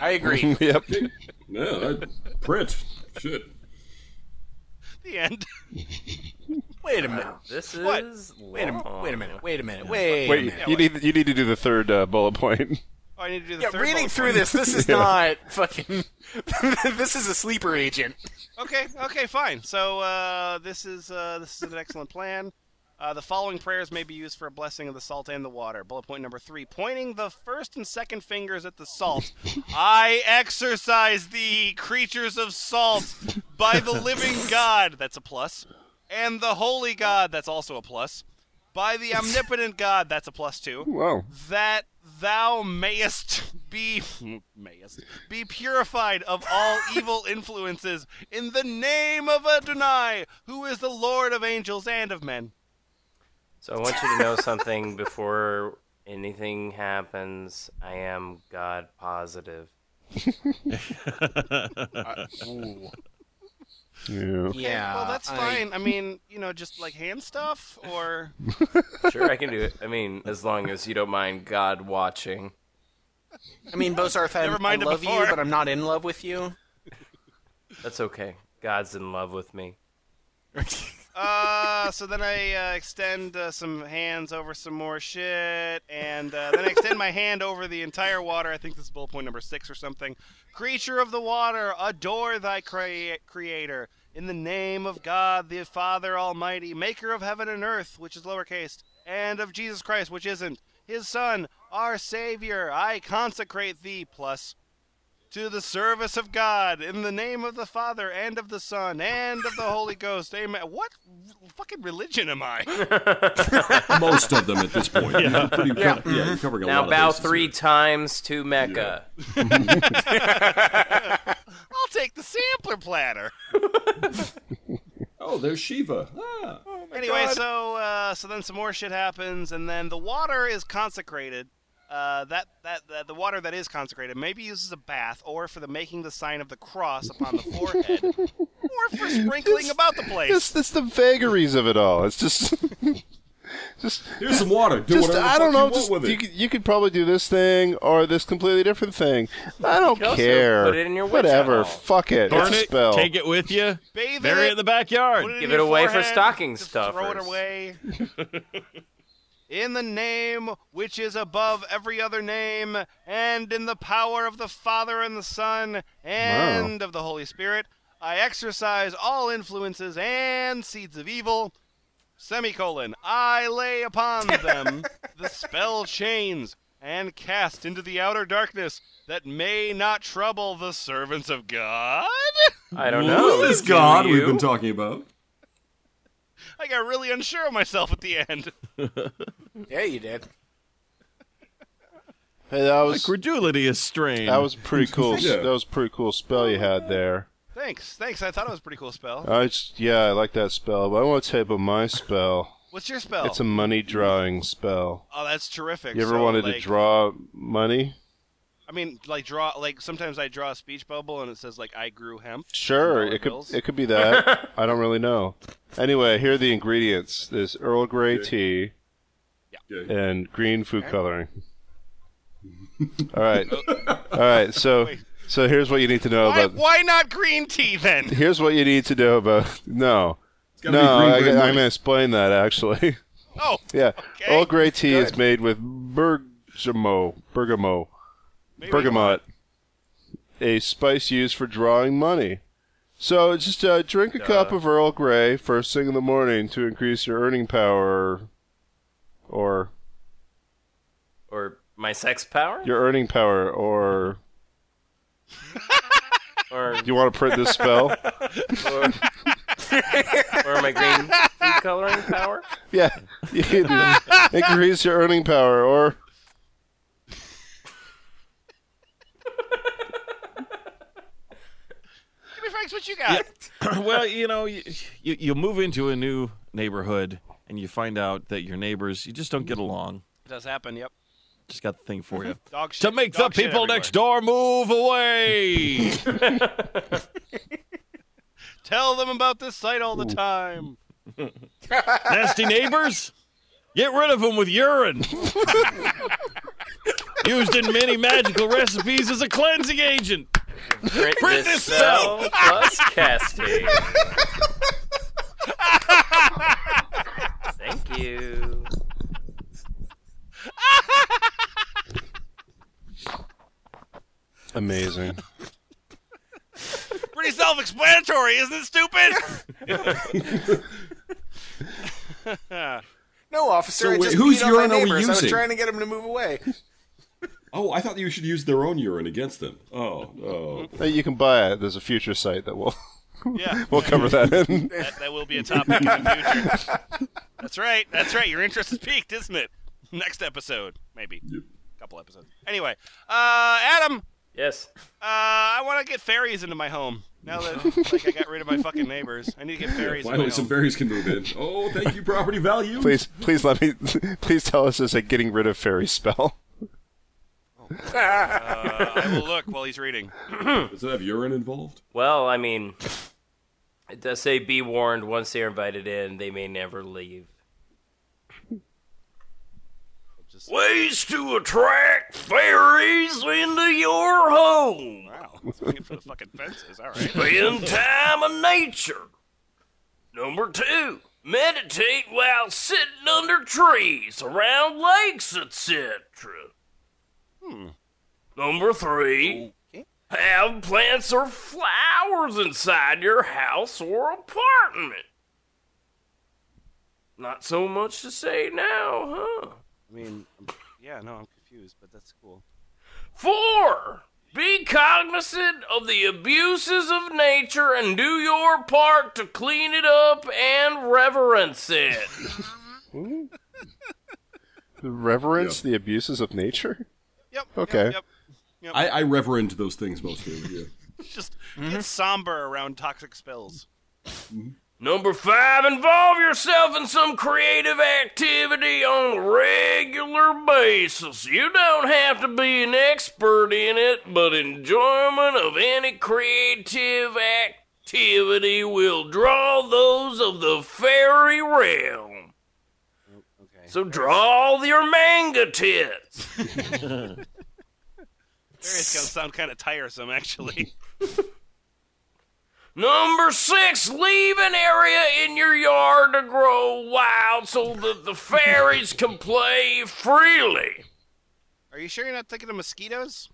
[SPEAKER 3] I agree.
[SPEAKER 6] yep.
[SPEAKER 1] Yeah, I, print. Shit.
[SPEAKER 5] The end.
[SPEAKER 3] Wait a minute.
[SPEAKER 9] This is
[SPEAKER 3] What? Wait a, mi- wait a minute. Wait a minute. Wait. a
[SPEAKER 6] Wait,
[SPEAKER 3] minute.
[SPEAKER 6] you need you need to do the third uh, bullet point.
[SPEAKER 5] Oh, I need to do the
[SPEAKER 3] Yeah,
[SPEAKER 5] third
[SPEAKER 3] reading
[SPEAKER 5] bullet
[SPEAKER 3] through
[SPEAKER 5] point.
[SPEAKER 3] this, this is
[SPEAKER 6] Yeah.
[SPEAKER 3] not fucking. this is a sleeper agent.
[SPEAKER 5] Okay, okay, fine. So uh, this is uh, this is an excellent plan. Uh, the following prayers may be used for a blessing of the salt and the water. Bullet point number three: pointing the first and second fingers at the salt. I exercise the creatures of salt by the living God. That's a plus. And the holy God. That's also a plus. By the omnipotent God. That's a plus two
[SPEAKER 6] Wow.
[SPEAKER 5] that thou mayest be mayest be purified of all evil influences in the name of Adonai, who is the Lord of angels and of men.
[SPEAKER 9] So I want you to know something before anything happens. I am God positive.
[SPEAKER 3] Uh,
[SPEAKER 6] Yeah.
[SPEAKER 5] Okay, well that's fine. I mean, you know, just like hand stuff or
[SPEAKER 9] Sure, I can do it. I mean, as long as you don't mind God watching.
[SPEAKER 3] I mean, Bozarth, I,
[SPEAKER 5] Never
[SPEAKER 3] I
[SPEAKER 5] mind it
[SPEAKER 3] love you,
[SPEAKER 5] before.
[SPEAKER 3] but I'm not in love with you.
[SPEAKER 9] That's okay. God's in love with me.
[SPEAKER 5] Uh, so then I uh, extend uh, some hands over some more shit, and uh, then I extend my hand over the entire water. I think this is bullet point number six or something. Creature of the water, adore thy crea- creator. In the name of God, the Father Almighty, maker of heaven and earth, which is lowercase, and of Jesus Christ, which isn't, his Son, our Savior, I consecrate thee, plus to the service of God in the name of the Father and of the Son and of the Holy Ghost. Amen. What fucking religion am I?
[SPEAKER 1] Most of them at this point. Yeah, pretty, yeah.
[SPEAKER 9] Yeah. Mm-hmm.
[SPEAKER 1] you're covering a
[SPEAKER 9] now
[SPEAKER 1] lot of
[SPEAKER 9] bow
[SPEAKER 1] bases
[SPEAKER 9] three times to Mecca.
[SPEAKER 5] I'll take the sampler platter.
[SPEAKER 1] here. Oh, there's Shiva. Ah.
[SPEAKER 5] anyway, so uh, so then some more shit happens, and then the water is consecrated. Uh, that, that that the water that is consecrated maybe uses a bath, or for the making the sign of the cross upon the forehead, or for sprinkling about the place.
[SPEAKER 6] It's, it's the vagaries of it all. It's just, just
[SPEAKER 1] Here's some water. Do
[SPEAKER 6] just
[SPEAKER 1] whatever the
[SPEAKER 6] I don't
[SPEAKER 1] fuck
[SPEAKER 6] know.
[SPEAKER 1] you
[SPEAKER 6] just
[SPEAKER 1] want with
[SPEAKER 6] you,
[SPEAKER 1] it.
[SPEAKER 6] could- you could probably do this thing or this completely different thing. I don't
[SPEAKER 9] could also
[SPEAKER 6] care.
[SPEAKER 9] put it in your witch
[SPEAKER 6] Whatever.
[SPEAKER 9] hunt.
[SPEAKER 6] Fuck it.
[SPEAKER 8] Burn
[SPEAKER 6] it's a
[SPEAKER 8] it.
[SPEAKER 6] spell.
[SPEAKER 8] Take it with you.
[SPEAKER 5] Bathe
[SPEAKER 8] Bury it in the backyard.
[SPEAKER 5] Put in
[SPEAKER 9] Give
[SPEAKER 5] your
[SPEAKER 9] it away for
[SPEAKER 5] forehead,
[SPEAKER 9] stocking
[SPEAKER 5] just
[SPEAKER 9] stuffers.
[SPEAKER 5] Throw it away. in the name which is above every other name, and in the power of the Father and the Son and of the Holy Spirit, I exercise all influences and seeds of evil. Semicolon. I lay upon them the spell chains and cast into the outer darkness that may not trouble the servants of God.
[SPEAKER 9] I don't
[SPEAKER 1] Who's
[SPEAKER 9] know.
[SPEAKER 1] this
[SPEAKER 9] Do
[SPEAKER 1] God we've
[SPEAKER 9] you?
[SPEAKER 1] been talking about?
[SPEAKER 5] I got really unsure of myself at the end.
[SPEAKER 3] yeah, you did.
[SPEAKER 6] Hey, that was
[SPEAKER 8] credulity is strange.
[SPEAKER 6] that was pretty cool. s-
[SPEAKER 8] Yeah.
[SPEAKER 6] That was pretty cool spell you had there.
[SPEAKER 5] Thanks, thanks. I thought it was a pretty cool spell.
[SPEAKER 6] I just, yeah, I like that spell. But I want to tell you about my spell.
[SPEAKER 5] What's your spell?
[SPEAKER 6] It's a money drawing spell.
[SPEAKER 5] Oh, that's terrific.
[SPEAKER 6] You ever
[SPEAKER 5] So,
[SPEAKER 6] wanted to
[SPEAKER 5] like-
[SPEAKER 6] draw money?
[SPEAKER 5] I mean, like draw like sometimes I draw a speech bubble and it says like I grew hemp.
[SPEAKER 6] Sure,
[SPEAKER 5] Dollar
[SPEAKER 6] it could
[SPEAKER 5] bills.
[SPEAKER 6] it could be that. I don't really know. Anyway, here are the ingredients: there's Earl Grey tea, and green food coloring. All right, all right. So, so here's what you need to know
[SPEAKER 5] Oh. Why,
[SPEAKER 6] about.
[SPEAKER 5] why not green tea then?
[SPEAKER 6] Here's what you need to know about. No,
[SPEAKER 5] gotta
[SPEAKER 6] no,
[SPEAKER 5] be green,
[SPEAKER 6] I,
[SPEAKER 5] green,
[SPEAKER 6] am
[SPEAKER 5] green.
[SPEAKER 6] going to explain that actually.
[SPEAKER 5] Oh,
[SPEAKER 6] yeah. Earl Grey tea is made with bergamot, bergamot, bergamot, a spice used for drawing money. So just uh, drink a cup of Earl Grey first thing in the morning to increase your earning power, or
[SPEAKER 9] Or my sex power?
[SPEAKER 6] your earning power, or
[SPEAKER 9] Or
[SPEAKER 6] you want to print this spell?
[SPEAKER 9] or, or my green food coloring power?
[SPEAKER 6] yeah, you can increase your earning power, or
[SPEAKER 5] Give me Frank's what you got.
[SPEAKER 8] well, you know, you, you you move into a new neighborhood and you find out that your neighbors you just don't get along.
[SPEAKER 5] It does happen. Yep.
[SPEAKER 8] Just got the thing for you.
[SPEAKER 5] Dog
[SPEAKER 8] to
[SPEAKER 5] shit-
[SPEAKER 8] make
[SPEAKER 5] dog
[SPEAKER 8] the
[SPEAKER 5] shit
[SPEAKER 8] people
[SPEAKER 5] everywhere.
[SPEAKER 8] next door move away.
[SPEAKER 5] Tell them about this site all the time.
[SPEAKER 8] Nasty neighbors? Get rid of them with urine. Used in many magical recipes as a cleansing agent.
[SPEAKER 9] Print,
[SPEAKER 8] Print
[SPEAKER 9] this
[SPEAKER 8] this
[SPEAKER 9] spell
[SPEAKER 8] spell.
[SPEAKER 9] plus casting. Thank you.
[SPEAKER 6] amazing.
[SPEAKER 5] Pretty self-explanatory, isn't it? Stupid.
[SPEAKER 3] No, officer.
[SPEAKER 1] So
[SPEAKER 3] I
[SPEAKER 1] wait,
[SPEAKER 3] just
[SPEAKER 1] whose
[SPEAKER 3] peed on my
[SPEAKER 1] urine are we
[SPEAKER 3] neighbors. I was
[SPEAKER 1] using?
[SPEAKER 3] trying to get him to move away.
[SPEAKER 1] Oh, I thought you should use their own urine against them. Oh, oh.
[SPEAKER 6] Hey, You can buy it. There's a future site that will.
[SPEAKER 5] Yeah.
[SPEAKER 6] we'll cover that in.
[SPEAKER 5] that, that will be a topic in the future. That's right. That's right. Your interest is peaked, isn't it? Next episode, maybe. Couple episodes. Anyway, uh, Adam.
[SPEAKER 9] Yes.
[SPEAKER 5] Uh, I want to get fairies into my home. Now that like I got rid of my fucking neighbors, I need to get fairies. in my
[SPEAKER 1] Finally, some berries can move in. Oh, thank you, property value.
[SPEAKER 6] Please, please let me. Please tell us it's a getting rid of fairy spell.
[SPEAKER 5] home. uh, I will look while he's reading.
[SPEAKER 1] Does it have urine involved?
[SPEAKER 9] Well, I mean, it does say be warned once they are invited in, they may never leave.
[SPEAKER 7] Ways to attract fairies into your home.
[SPEAKER 5] Wow, swinging for the fucking fences. All right.
[SPEAKER 7] Spend time in nature. Number two, meditate while sitting under trees, around lakes, etc.
[SPEAKER 5] Hmm.
[SPEAKER 7] Number three, have plants or flowers inside your house or apartment. Not so much to say now, huh?
[SPEAKER 5] I mean, I'm- yeah, no, I'm confused, but that's cool.
[SPEAKER 7] Four, be cognizant of the abuses of nature and do your part to clean it up and reverence it.
[SPEAKER 6] Reverence the abuses of nature.
[SPEAKER 5] Yep.
[SPEAKER 6] Okay.
[SPEAKER 5] Yep. yep.
[SPEAKER 1] I, I reverend those things mostly. Yeah.
[SPEAKER 5] Just get somber around toxic spells.
[SPEAKER 7] Number five, involve yourself in some creative activity on a regular basis. You don't have to be an expert in it, but enjoyment of any creative activity will draw those of the fairy realm. So draw your manga tits.
[SPEAKER 5] Fairies can sound kind of tiresome, actually.
[SPEAKER 7] Number six, leave an area in your yard to grow wild so that the fairies can play freely.
[SPEAKER 5] Are you sure you're not thinking of mosquitoes?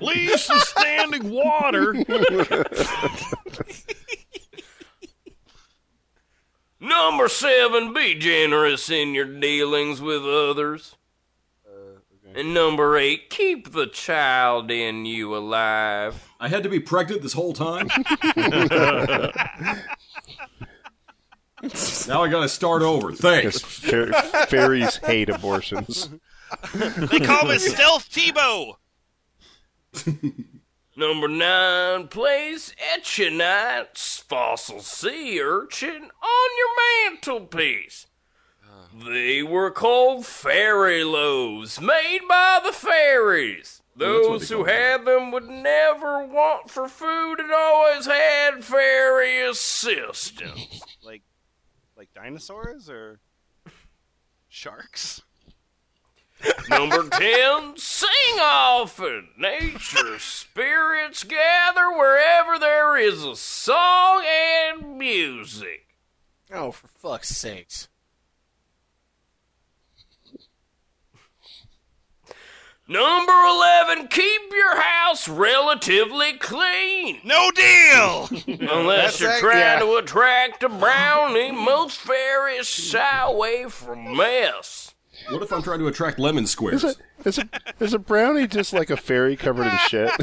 [SPEAKER 8] Leave some standing water.
[SPEAKER 7] Number seven, be generous in your dealings with others. And number eight, keep the child in you alive.
[SPEAKER 1] I had to be pregnant this whole time. now I gotta start over.
[SPEAKER 6] Yes,
[SPEAKER 1] Thanks.
[SPEAKER 6] fair- fairies hate abortions.
[SPEAKER 5] they call me Stealth Tebow.
[SPEAKER 7] Number nine, place Echinite's fossil sea urchin on your mantelpiece. They were called fairy loaves, made by the fairies.
[SPEAKER 11] Well, that's what
[SPEAKER 7] Those
[SPEAKER 11] they
[SPEAKER 7] who
[SPEAKER 11] call them.
[SPEAKER 7] had them would never want for food and always had fairy assistance.
[SPEAKER 5] like, like dinosaurs or sharks?
[SPEAKER 7] Number 10, sing often. Nature spirits gather wherever there is a song and music.
[SPEAKER 3] Oh, for fuck's sakes.
[SPEAKER 7] Number 11, keep your house relatively clean.
[SPEAKER 5] No deal!
[SPEAKER 7] Unless
[SPEAKER 11] That's
[SPEAKER 7] you're
[SPEAKER 11] right,
[SPEAKER 7] trying
[SPEAKER 11] yeah.
[SPEAKER 7] to attract a brownie, most fairies shy away from mess.
[SPEAKER 1] What if I'm trying to attract lemon squares?
[SPEAKER 6] Is it? Is a is a brownie just like a fairy covered in shit?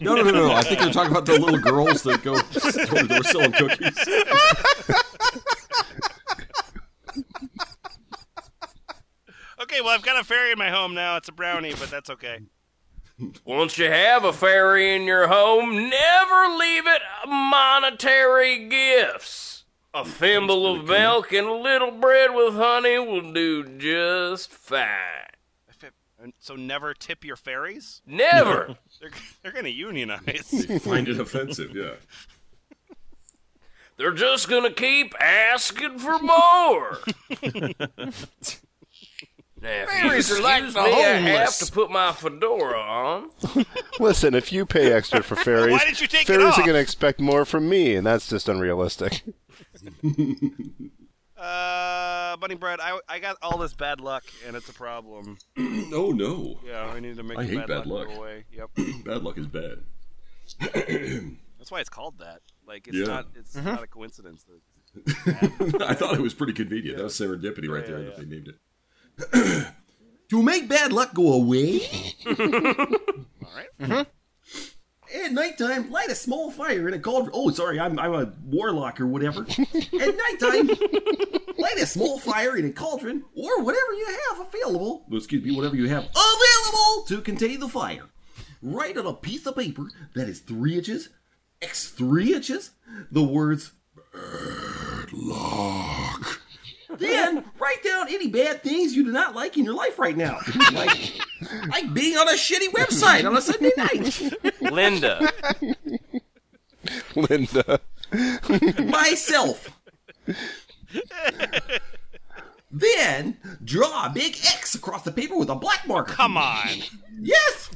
[SPEAKER 1] No, no, no, no. I think you're talking about the little girls that go door to door selling cookies.
[SPEAKER 5] Okay, well I've got a fairy in my home now. It's a brownie, but that's okay.
[SPEAKER 7] Once you have a fairy in your home, never leave it Um, monetary gifts. A thimble of milk and a little bread with honey will do just fine.
[SPEAKER 5] And so never tip your fairies.
[SPEAKER 7] Never.
[SPEAKER 5] they're they're gonna unionize.
[SPEAKER 1] Find it offensive, yeah.
[SPEAKER 7] They're just gonna keep asking for more. Now, if you
[SPEAKER 11] Fairies are like
[SPEAKER 7] excuse
[SPEAKER 11] the
[SPEAKER 7] me, I have
[SPEAKER 11] homeless.
[SPEAKER 7] to put my fedora on.
[SPEAKER 6] Listen, if you pay extra for fairies,
[SPEAKER 7] Why did you take it
[SPEAKER 6] fairies
[SPEAKER 7] off?
[SPEAKER 6] are going to expect more from me, and that's just unrealistic.
[SPEAKER 5] Uh, bunny bread. I, I got all this bad luck, and it's a problem.
[SPEAKER 1] No, Oh, no.
[SPEAKER 5] Yeah, I need to make
[SPEAKER 1] I
[SPEAKER 5] the
[SPEAKER 1] hate
[SPEAKER 5] bad,
[SPEAKER 1] bad
[SPEAKER 5] luck,
[SPEAKER 1] luck.
[SPEAKER 5] go away. Yep.
[SPEAKER 1] Bad luck is bad.
[SPEAKER 5] That's why it's called that. Like it's
[SPEAKER 1] Yeah.
[SPEAKER 5] not it's
[SPEAKER 7] Mm-hmm.
[SPEAKER 1] Mhm.
[SPEAKER 5] not a coincidence. That
[SPEAKER 1] I thought it was pretty convenient. That was serendipity right there that they named it. to make bad luck go away.
[SPEAKER 5] All right.
[SPEAKER 1] Mm-hmm. At nighttime, light a small fire in a cauldron. Oh, sorry, I'm, I'm a warlock or whatever. At nighttime, light a small fire in a cauldron or whatever you have available. Well, excuse me, whatever you have available to contain the fire. Write on a piece of paper that is three inches x three inches the words bad luck. Then write down any bad things you do not like in your life right now, like like being on a shitty website on a Sunday night.
[SPEAKER 7] Linda.
[SPEAKER 6] Linda.
[SPEAKER 1] myself. then draw a big X across the paper with a black marker. Come
[SPEAKER 5] on.
[SPEAKER 1] Yes.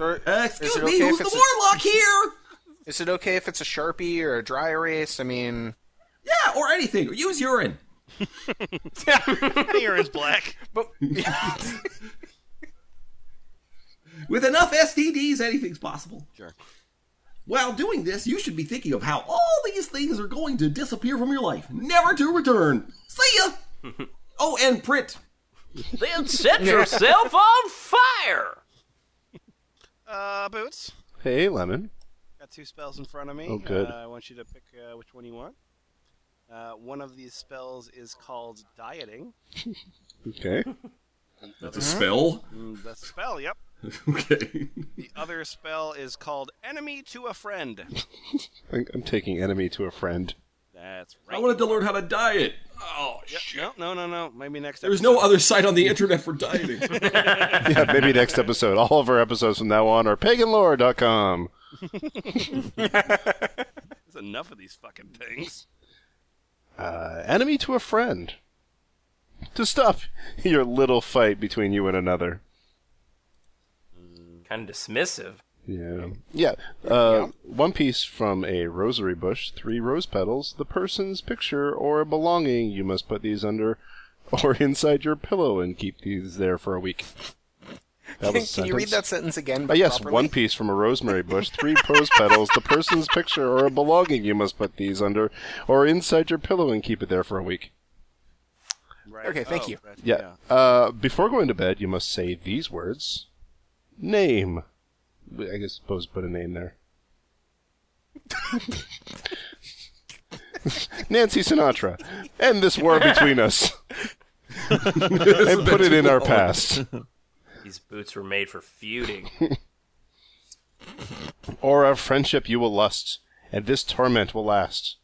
[SPEAKER 3] Uh,
[SPEAKER 1] excuse me, who's the warlock here?
[SPEAKER 3] Is it okay if it's a sharpie or a dry erase? I mean,
[SPEAKER 1] yeah, or anything. Use urine.
[SPEAKER 5] Urine's black.
[SPEAKER 3] But
[SPEAKER 1] With enough STDs, anything's possible.
[SPEAKER 5] Sure.
[SPEAKER 1] While doing this, you should be thinking of how all these things are going to disappear from your life, never to return. See ya. oh, and print.
[SPEAKER 7] Then set yourself on fire.
[SPEAKER 5] Uh, boots.
[SPEAKER 6] Hey, Lemon.
[SPEAKER 5] Got two spells in front of me.
[SPEAKER 6] Oh, good.
[SPEAKER 5] Uh, I want you to pick uh, which one you want. Uh, one of these spells is called dieting.
[SPEAKER 6] Okay.
[SPEAKER 1] That's a spell?
[SPEAKER 5] Mm, that's a spell. Yep.
[SPEAKER 1] okay.
[SPEAKER 5] The other spell is called enemy to a friend.
[SPEAKER 6] I think I'm taking enemy to a friend.
[SPEAKER 5] That's right.
[SPEAKER 1] I wanted to learn how to diet. Oh
[SPEAKER 5] shit! No, no, no, no. Maybe next.
[SPEAKER 1] There's no other site on the internet for dieting.
[SPEAKER 6] Yeah, maybe next episode. All of our episodes from now on are paganlore.com.
[SPEAKER 5] There's enough of these fucking things.
[SPEAKER 6] Uh, enemy to a friend. To stop your little fight between you and another.
[SPEAKER 9] Kind of dismissive.
[SPEAKER 6] Yeah. Yeah. Uh, One piece from a rosary bush, three rose petals, the person's picture or belonging. You must put these under or inside your pillow and keep these there for a week. That was a
[SPEAKER 3] Can you read
[SPEAKER 6] sentence.
[SPEAKER 3] that sentence again?
[SPEAKER 6] Uh,
[SPEAKER 3] but
[SPEAKER 6] yes,
[SPEAKER 3] properly?
[SPEAKER 6] one piece from a rosemary bush, three rose petals, the person's picture or a belonging. You must put these under or inside your pillow and keep it there for a week.
[SPEAKER 3] Okay, thank you.
[SPEAKER 6] Yeah. Uh, before going to bed, you must say these words Name. I guess suppose put a name there. Nancy Sinatra. End this war between us. and put it in our past.
[SPEAKER 9] These boots were made for feuding.
[SPEAKER 6] or our friendship you will lust, and this torment will last.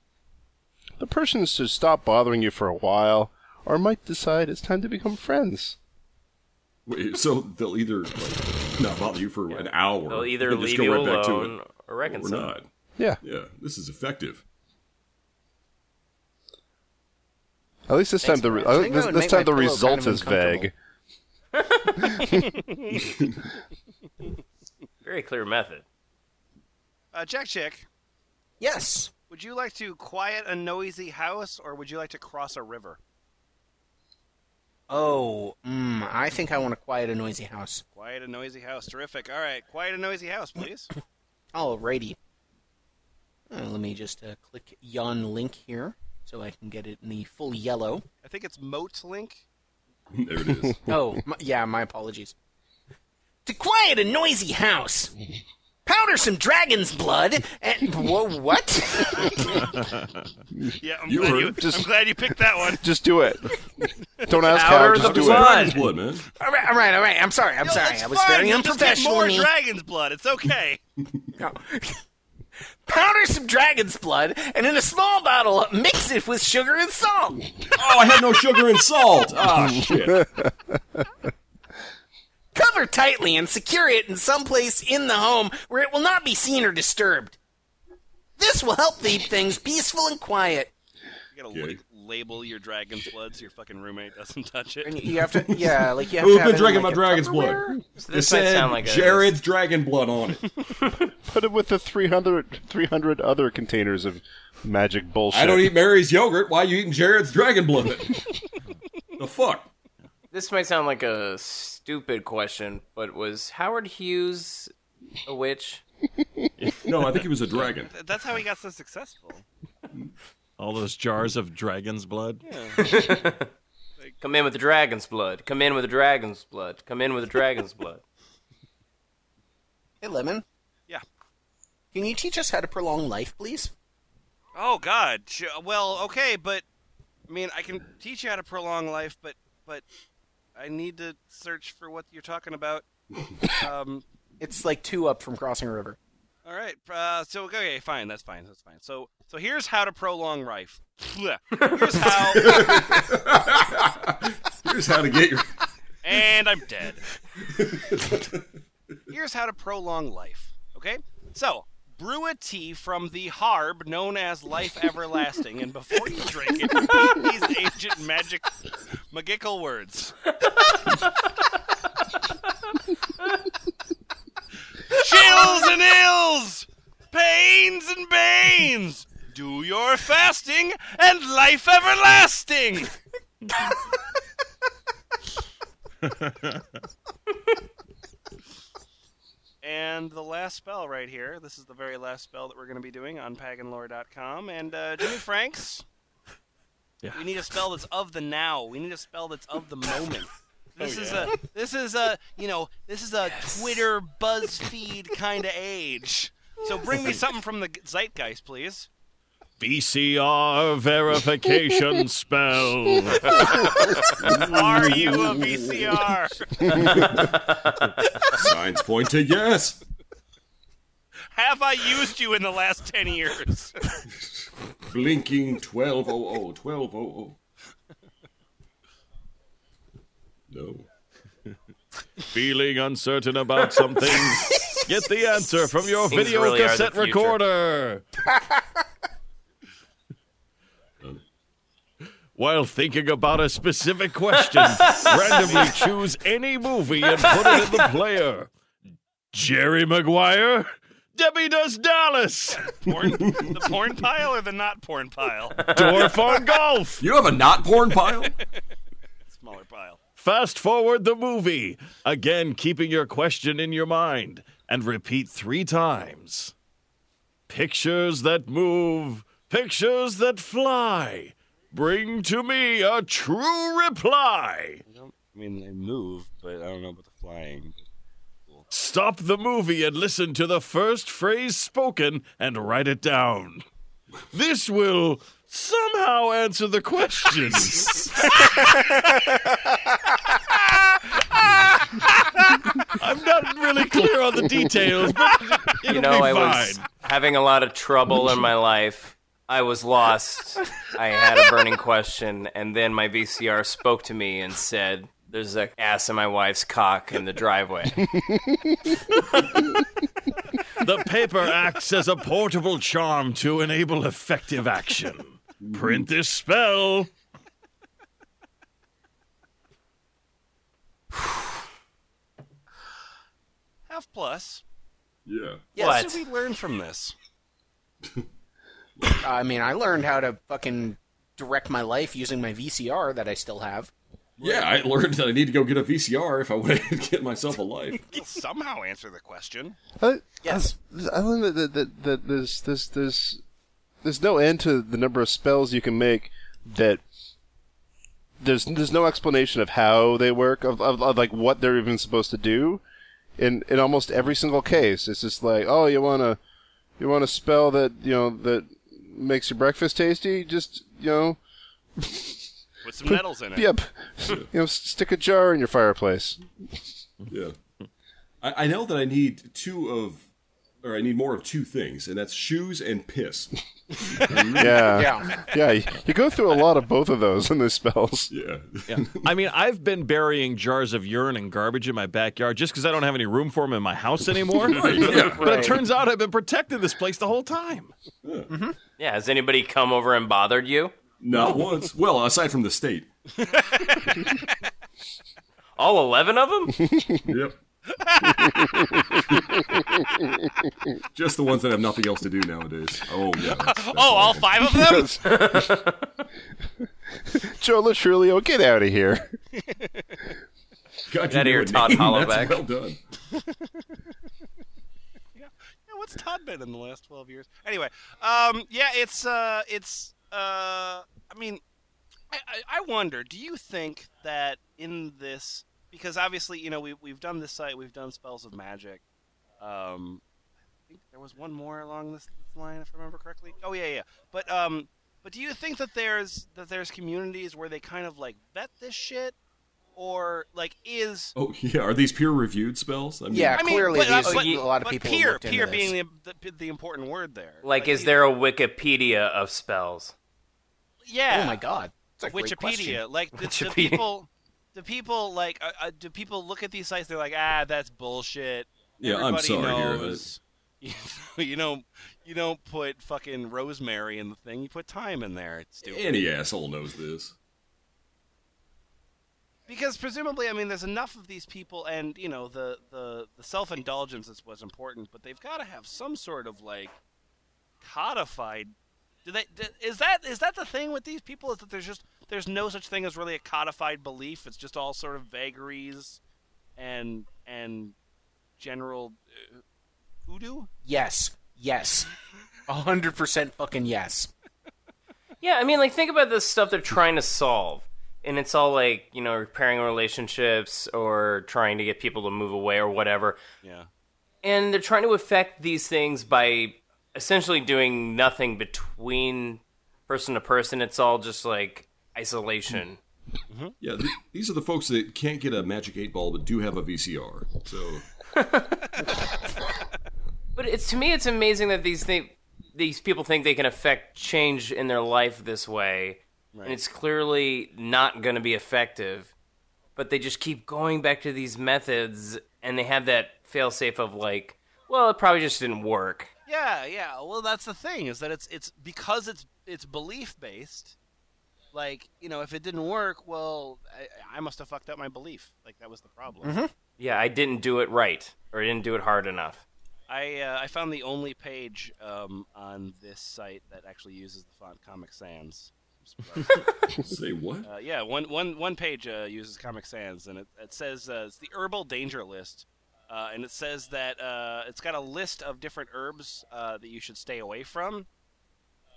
[SPEAKER 6] The person should stop bothering you for a while, or might decide it's time to become friends.
[SPEAKER 1] Wait, so they'll either like, not bother you for an hour.
[SPEAKER 9] They'll either
[SPEAKER 1] and
[SPEAKER 9] leave
[SPEAKER 1] just go
[SPEAKER 9] you
[SPEAKER 1] right back to
[SPEAKER 9] alone
[SPEAKER 1] it,
[SPEAKER 9] or reconcile.
[SPEAKER 1] Or not.
[SPEAKER 6] Yeah.
[SPEAKER 1] Yeah, this is effective.
[SPEAKER 6] At least this
[SPEAKER 3] Thanks,
[SPEAKER 6] time the
[SPEAKER 3] Brad.
[SPEAKER 6] re-
[SPEAKER 3] I
[SPEAKER 6] uh,
[SPEAKER 3] think
[SPEAKER 6] this,
[SPEAKER 3] that would
[SPEAKER 6] this
[SPEAKER 3] make my
[SPEAKER 6] time the
[SPEAKER 3] pillow
[SPEAKER 6] result
[SPEAKER 3] kind of
[SPEAKER 6] is vague.
[SPEAKER 9] Very clear method.
[SPEAKER 5] Uh, Jack Chick,
[SPEAKER 3] Yes.
[SPEAKER 5] would you like to quiet a noisy house or would you like to cross a river?
[SPEAKER 3] Oh, mm, I think I want to quiet a noisy house.
[SPEAKER 5] Quiet a noisy house. Terrific. All right, quiet a noisy house, please.
[SPEAKER 3] Alrighty. Uh, let me just uh, click yon link here so I can get it in the full yellow.
[SPEAKER 5] I think it's Moat Link.
[SPEAKER 1] There it is.
[SPEAKER 3] Oh, my, yeah, my apologies. To quiet a noisy house, powder some dragon's blood, and. Whoa, what?
[SPEAKER 10] Yeah, I'm,
[SPEAKER 1] You
[SPEAKER 10] glad
[SPEAKER 1] heard
[SPEAKER 10] you,
[SPEAKER 1] it.
[SPEAKER 6] Just-
[SPEAKER 10] I'm glad you picked that one.
[SPEAKER 6] Just do it. Don't ask
[SPEAKER 9] Powder
[SPEAKER 6] how. Just
[SPEAKER 9] the
[SPEAKER 6] do
[SPEAKER 9] blood.
[SPEAKER 6] it.
[SPEAKER 1] It's blood, man.
[SPEAKER 3] all right, all right, all right. I'm sorry, I'm
[SPEAKER 5] No,
[SPEAKER 3] sorry.
[SPEAKER 5] that's
[SPEAKER 3] I was
[SPEAKER 5] fine.
[SPEAKER 3] very
[SPEAKER 5] You'll just get
[SPEAKER 3] unprofessional.
[SPEAKER 5] more
[SPEAKER 3] me.
[SPEAKER 5] dragon's blood. It's okay.
[SPEAKER 3] No. powder some dragon's blood, and in a small bottle, mix it with sugar and salt.
[SPEAKER 1] Oh, I had no sugar and salt. Ah, shit.
[SPEAKER 3] Cover tightly and secure it in some place in the home where it will not be seen or disturbed. This will help keep things peaceful and quiet.
[SPEAKER 5] You gotta
[SPEAKER 1] Okay.
[SPEAKER 5] like, label your dragon's blood so your fucking roommate doesn't touch it.
[SPEAKER 3] And you, you have to, yeah, like you have
[SPEAKER 1] Who's
[SPEAKER 3] to. have
[SPEAKER 1] been
[SPEAKER 3] it in,
[SPEAKER 1] drinking
[SPEAKER 3] like,
[SPEAKER 1] my
[SPEAKER 3] a
[SPEAKER 1] dragon's blood?
[SPEAKER 3] Tupperware?
[SPEAKER 9] So
[SPEAKER 1] It
[SPEAKER 9] this might
[SPEAKER 1] said
[SPEAKER 9] sound like a
[SPEAKER 1] Jared's dragon blood on it.
[SPEAKER 6] Put it with the 300, 300 other containers of magic bullshit.
[SPEAKER 1] I don't eat Mary's yogurt. Why you eating Jared's dragon blood? the fuck?
[SPEAKER 9] This might sound like a stupid question, but was Howard Hughes a witch?
[SPEAKER 1] No, I think he was a dragon.
[SPEAKER 5] Th- That's how he got so successful.
[SPEAKER 8] All those jars of dragon's blood.
[SPEAKER 9] Come in with the dragon's blood. Come in with the dragon's blood. Come in with the dragon's blood.
[SPEAKER 3] Hey, Lemon.
[SPEAKER 5] Yeah.
[SPEAKER 3] Can you teach us how to prolong life, please?
[SPEAKER 5] Oh God. Sh- Well, okay, but I mean, I can teach you how to prolong life, but but I need to search for what you're talking about. um.
[SPEAKER 3] It's like two up from crossing a river.
[SPEAKER 5] All right. Uh, so okay, fine. That's fine. That's fine. So so here's how to prolong life. Blech. Here's how,
[SPEAKER 1] Here's how to get your.
[SPEAKER 5] and I'm dead. Here's how to prolong life. Okay. So brew a tea from the harb known as life everlasting, and before you drink it, repeat these ancient magic magical words. chills and ills, pains and banes. Do your fasting and life everlasting. and the last spell right here. This is the very last spell that we're going to be doing on paganlore.com. And uh, Jimmy Franks,
[SPEAKER 8] Yeah.
[SPEAKER 5] we need a spell that's of the now. We need a spell that's of the moment.
[SPEAKER 8] Oh,
[SPEAKER 5] This is a this is a you know this is a Twitter BuzzFeed kind of age. So bring me something from the zeitgeist, please.
[SPEAKER 8] VCR verification spell.
[SPEAKER 5] Are you a VCR?
[SPEAKER 1] Signs point to yes.
[SPEAKER 5] Have I used you in the last ten years?
[SPEAKER 1] Blinking 1200, 1200. No.
[SPEAKER 8] Feeling uncertain about something? Get the answer from your
[SPEAKER 9] Things
[SPEAKER 8] video
[SPEAKER 9] really are the
[SPEAKER 8] cassette
[SPEAKER 9] future.
[SPEAKER 8] recorder. While thinking about a specific question, randomly choose any movie and put it in the player. Jerry Maguire? Debbie Does Dallas!
[SPEAKER 10] Porn, the porn pile or the not porn pile?
[SPEAKER 8] Dwarf on Golf!
[SPEAKER 1] You have a not porn pile?
[SPEAKER 10] Smaller pile.
[SPEAKER 8] Fast forward the movie. Again, keeping your question in your mind and repeat three times. Pictures that move, pictures that fly. Bring to me a true reply.
[SPEAKER 5] I mean, they move, but I don't know about the flying.
[SPEAKER 8] Stop the movie and listen to the first phrase spoken and write it down. This will somehow answer the question. I'm not really clear on the details, but it'll
[SPEAKER 9] you know,
[SPEAKER 8] be
[SPEAKER 9] I was
[SPEAKER 8] fine.
[SPEAKER 9] having a lot of trouble in my life. I was lost. I had a burning question, and then my VCR spoke to me and said, "There's a ass in my wife's cock in the driveway."
[SPEAKER 8] The paper acts as a portable charm to enable effective action. Print this spell.
[SPEAKER 5] Half plus.
[SPEAKER 1] Yeah.
[SPEAKER 5] Yes,
[SPEAKER 3] What?
[SPEAKER 5] did we learn from this?
[SPEAKER 3] I mean, I learned how to fucking direct my life using my VCR that I still have.
[SPEAKER 1] Yeah, I learned that I need to go get a VCR if I want to get myself a life.
[SPEAKER 5] Somehow answer the question.
[SPEAKER 6] I,
[SPEAKER 3] Yes.
[SPEAKER 6] I, I learned that, that, that, that there's, there's, there's, there's no end to the number of spells you can make that there's there's no explanation of how they work of, of, of like what they're even supposed to do in in almost every single case it's just like oh you want to you want a spell that you know that makes your breakfast tasty just you know
[SPEAKER 10] With some nettles in it.
[SPEAKER 6] yep you know s- stick a jar in your fireplace
[SPEAKER 1] Yeah. I, I know that I need two of, or I need more of two things, and that's shoes and piss.
[SPEAKER 6] yeah
[SPEAKER 3] Yeah.
[SPEAKER 6] yeah you, you go through a lot of both of those in those spells
[SPEAKER 1] Yeah.
[SPEAKER 8] I mean, I've been burying jars of urine and garbage in my backyard just because I don't have any room for them in my house anymore. But it turns out I've been protecting this place the whole time. Mm-hmm.
[SPEAKER 9] yeah, has anybody come over and bothered you?
[SPEAKER 1] Not once. Well, aside from the state.
[SPEAKER 9] All eleven of them?
[SPEAKER 1] Yep. Just the ones that have nothing else to do nowadays. Oh yeah. that's- that's
[SPEAKER 10] Oh, all
[SPEAKER 1] awful.
[SPEAKER 10] five of them?
[SPEAKER 6] joe latrulio get out of here
[SPEAKER 1] God,
[SPEAKER 9] Outta
[SPEAKER 1] you
[SPEAKER 9] here,
[SPEAKER 1] knew a
[SPEAKER 9] Todd
[SPEAKER 1] name.
[SPEAKER 9] Hollaback.
[SPEAKER 1] That's well done.
[SPEAKER 5] Yeah, what's Todd been in the last twelve years? Anyway, um, yeah, it's uh, it's uh, I mean, I, I, I wonder. Do you think that in this, because obviously, you know, we we've done this site, we've done spells of magic. Um, I think there was one more along this, this line, if I remember correctly. Oh yeah, yeah. But um, but do you think that there's that there's communities where they kind of like vet this shit, or like is
[SPEAKER 1] Oh yeah. Are these peer-reviewed spells? I mean,
[SPEAKER 3] Yeah.
[SPEAKER 5] I mean,
[SPEAKER 3] Clearly
[SPEAKER 5] but, uh,
[SPEAKER 3] these-
[SPEAKER 5] but-
[SPEAKER 3] a lot of
[SPEAKER 5] but
[SPEAKER 3] people
[SPEAKER 5] peer,
[SPEAKER 3] looked into
[SPEAKER 5] peer
[SPEAKER 3] this.
[SPEAKER 5] being the, the, the important word there.
[SPEAKER 9] Like, is there a Wikipedia of spells?
[SPEAKER 5] Yeah.
[SPEAKER 3] Oh my god. It's a great question.
[SPEAKER 5] Wikipedia. Like the, the
[SPEAKER 9] Wikipedia.
[SPEAKER 5] people, the people like uh, uh, do people look at these sites? They're like, ah, that's bullshit.
[SPEAKER 1] Yeah, I'm
[SPEAKER 5] Everybody
[SPEAKER 1] sorry, here, uh,
[SPEAKER 5] knows. You know, you don't put fucking rosemary in the thing. You put thyme in there. It's stupid.
[SPEAKER 1] Any asshole knows this.
[SPEAKER 5] because presumably, I mean, there's enough of these people, and you know, the the, the self indulgence is what's important, but they've got to have some sort of like codified. Do they? Do, is that is that the thing with these people? Is that there's just there's no such thing as really a codified belief. It's just all sort of vagaries and and general uh, hoodoo.
[SPEAKER 3] Yes. Yes. A hundred percent fucking yes.
[SPEAKER 9] Yeah, I mean, like, think about the stuff they're trying to solve. And it's all like, you know, repairing relationships or trying to get people to move away or whatever.
[SPEAKER 5] Yeah.
[SPEAKER 9] And they're trying to affect these things by essentially doing nothing between person to person. It's all just like isolation.
[SPEAKER 1] Yeah. Th- these are the folks that can't get a magic eight ball but do have a VCR. So
[SPEAKER 9] But it's to me, it's amazing that these thi- these people think they can affect change in their life this way, and it's clearly not going to be effective. But they just keep going back to these methods, and they have that failsafe of like, well, it probably just didn't work.
[SPEAKER 5] Yeah, yeah. Well, that's the thing is that it's it's because it's it's belief based.
[SPEAKER 9] Mm-hmm.
[SPEAKER 5] Like you know, if it didn't work, well, I, I must have fucked up my belief. Like that was the problem.
[SPEAKER 9] Yeah, I didn't do it right, or I didn't do it hard enough.
[SPEAKER 5] I uh, I found the only page um, on this site that actually uses the font Comic Sans. I'm surprised.
[SPEAKER 1] Say what?
[SPEAKER 5] Uh, yeah, one one one page uh, uses Comic Sans, and it, it says uh, it's the herbal danger list, uh, and it says that uh, it's got a list of different herbs uh, that you should stay away from,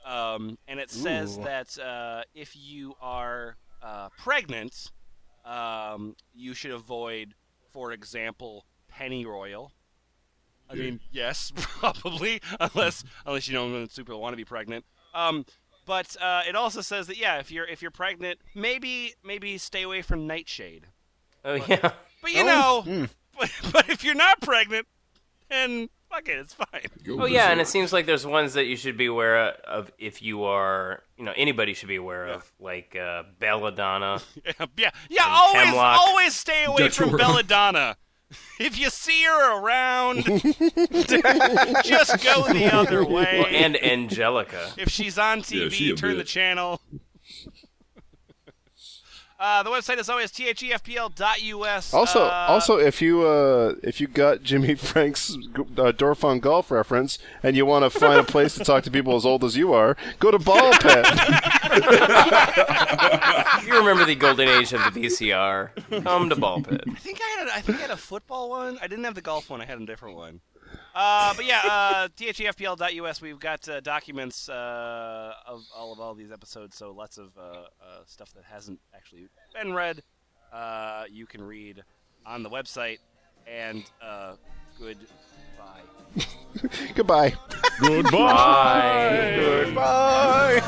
[SPEAKER 5] um, and it says
[SPEAKER 12] Ooh.
[SPEAKER 5] that uh, if you are uh, pregnant, um, you should avoid, for example, pennyroyal. I
[SPEAKER 12] Yeah.
[SPEAKER 5] mean, yes, probably, unless unless you don't super want to be pregnant. Um, but uh, it also says that yeah, if you're if you're pregnant, maybe maybe stay away from nightshade.
[SPEAKER 9] Oh yeah.
[SPEAKER 5] But you know,
[SPEAKER 9] Oh.
[SPEAKER 5] but, but if you're not pregnant, then fuck it, it's fine.
[SPEAKER 9] Oh yeah, and it seems like there's ones that you should be aware of if you are, you know, anybody should be aware of, like uh, belladonna.
[SPEAKER 5] yeah, yeah.
[SPEAKER 9] And
[SPEAKER 5] Always,
[SPEAKER 9] hemlock.
[SPEAKER 5] always stay away
[SPEAKER 9] Dutch
[SPEAKER 5] from
[SPEAKER 9] worm.
[SPEAKER 5] belladonna. If you see her around, just go the other way.
[SPEAKER 9] Well, and Angelica.
[SPEAKER 5] If she's on TV,
[SPEAKER 9] Yeah, she a
[SPEAKER 5] turn the
[SPEAKER 9] bitch.
[SPEAKER 5] channel. uh, the website is always E thefpl.us.
[SPEAKER 6] Also,
[SPEAKER 5] uh,
[SPEAKER 6] also, if you uh, if you got Jimmy Frank's g- uh, Dorfon golf reference and you want to find a place to talk to people as old as you are, go to Ball Pit.
[SPEAKER 9] you remember the golden age of the VCR? Come to ball pit.
[SPEAKER 5] I think I had a, I think I had a football one. I didn't have the golf one. I had a different one. Uh, but yeah, uh, thefpl.us. We've got uh, documents uh, of all of all these episodes, so lots of uh, uh, stuff that hasn't actually been read. Uh, you can read on the website. And uh, goodbye.
[SPEAKER 6] Goodbye.
[SPEAKER 5] Goodbye.
[SPEAKER 6] Goodbye.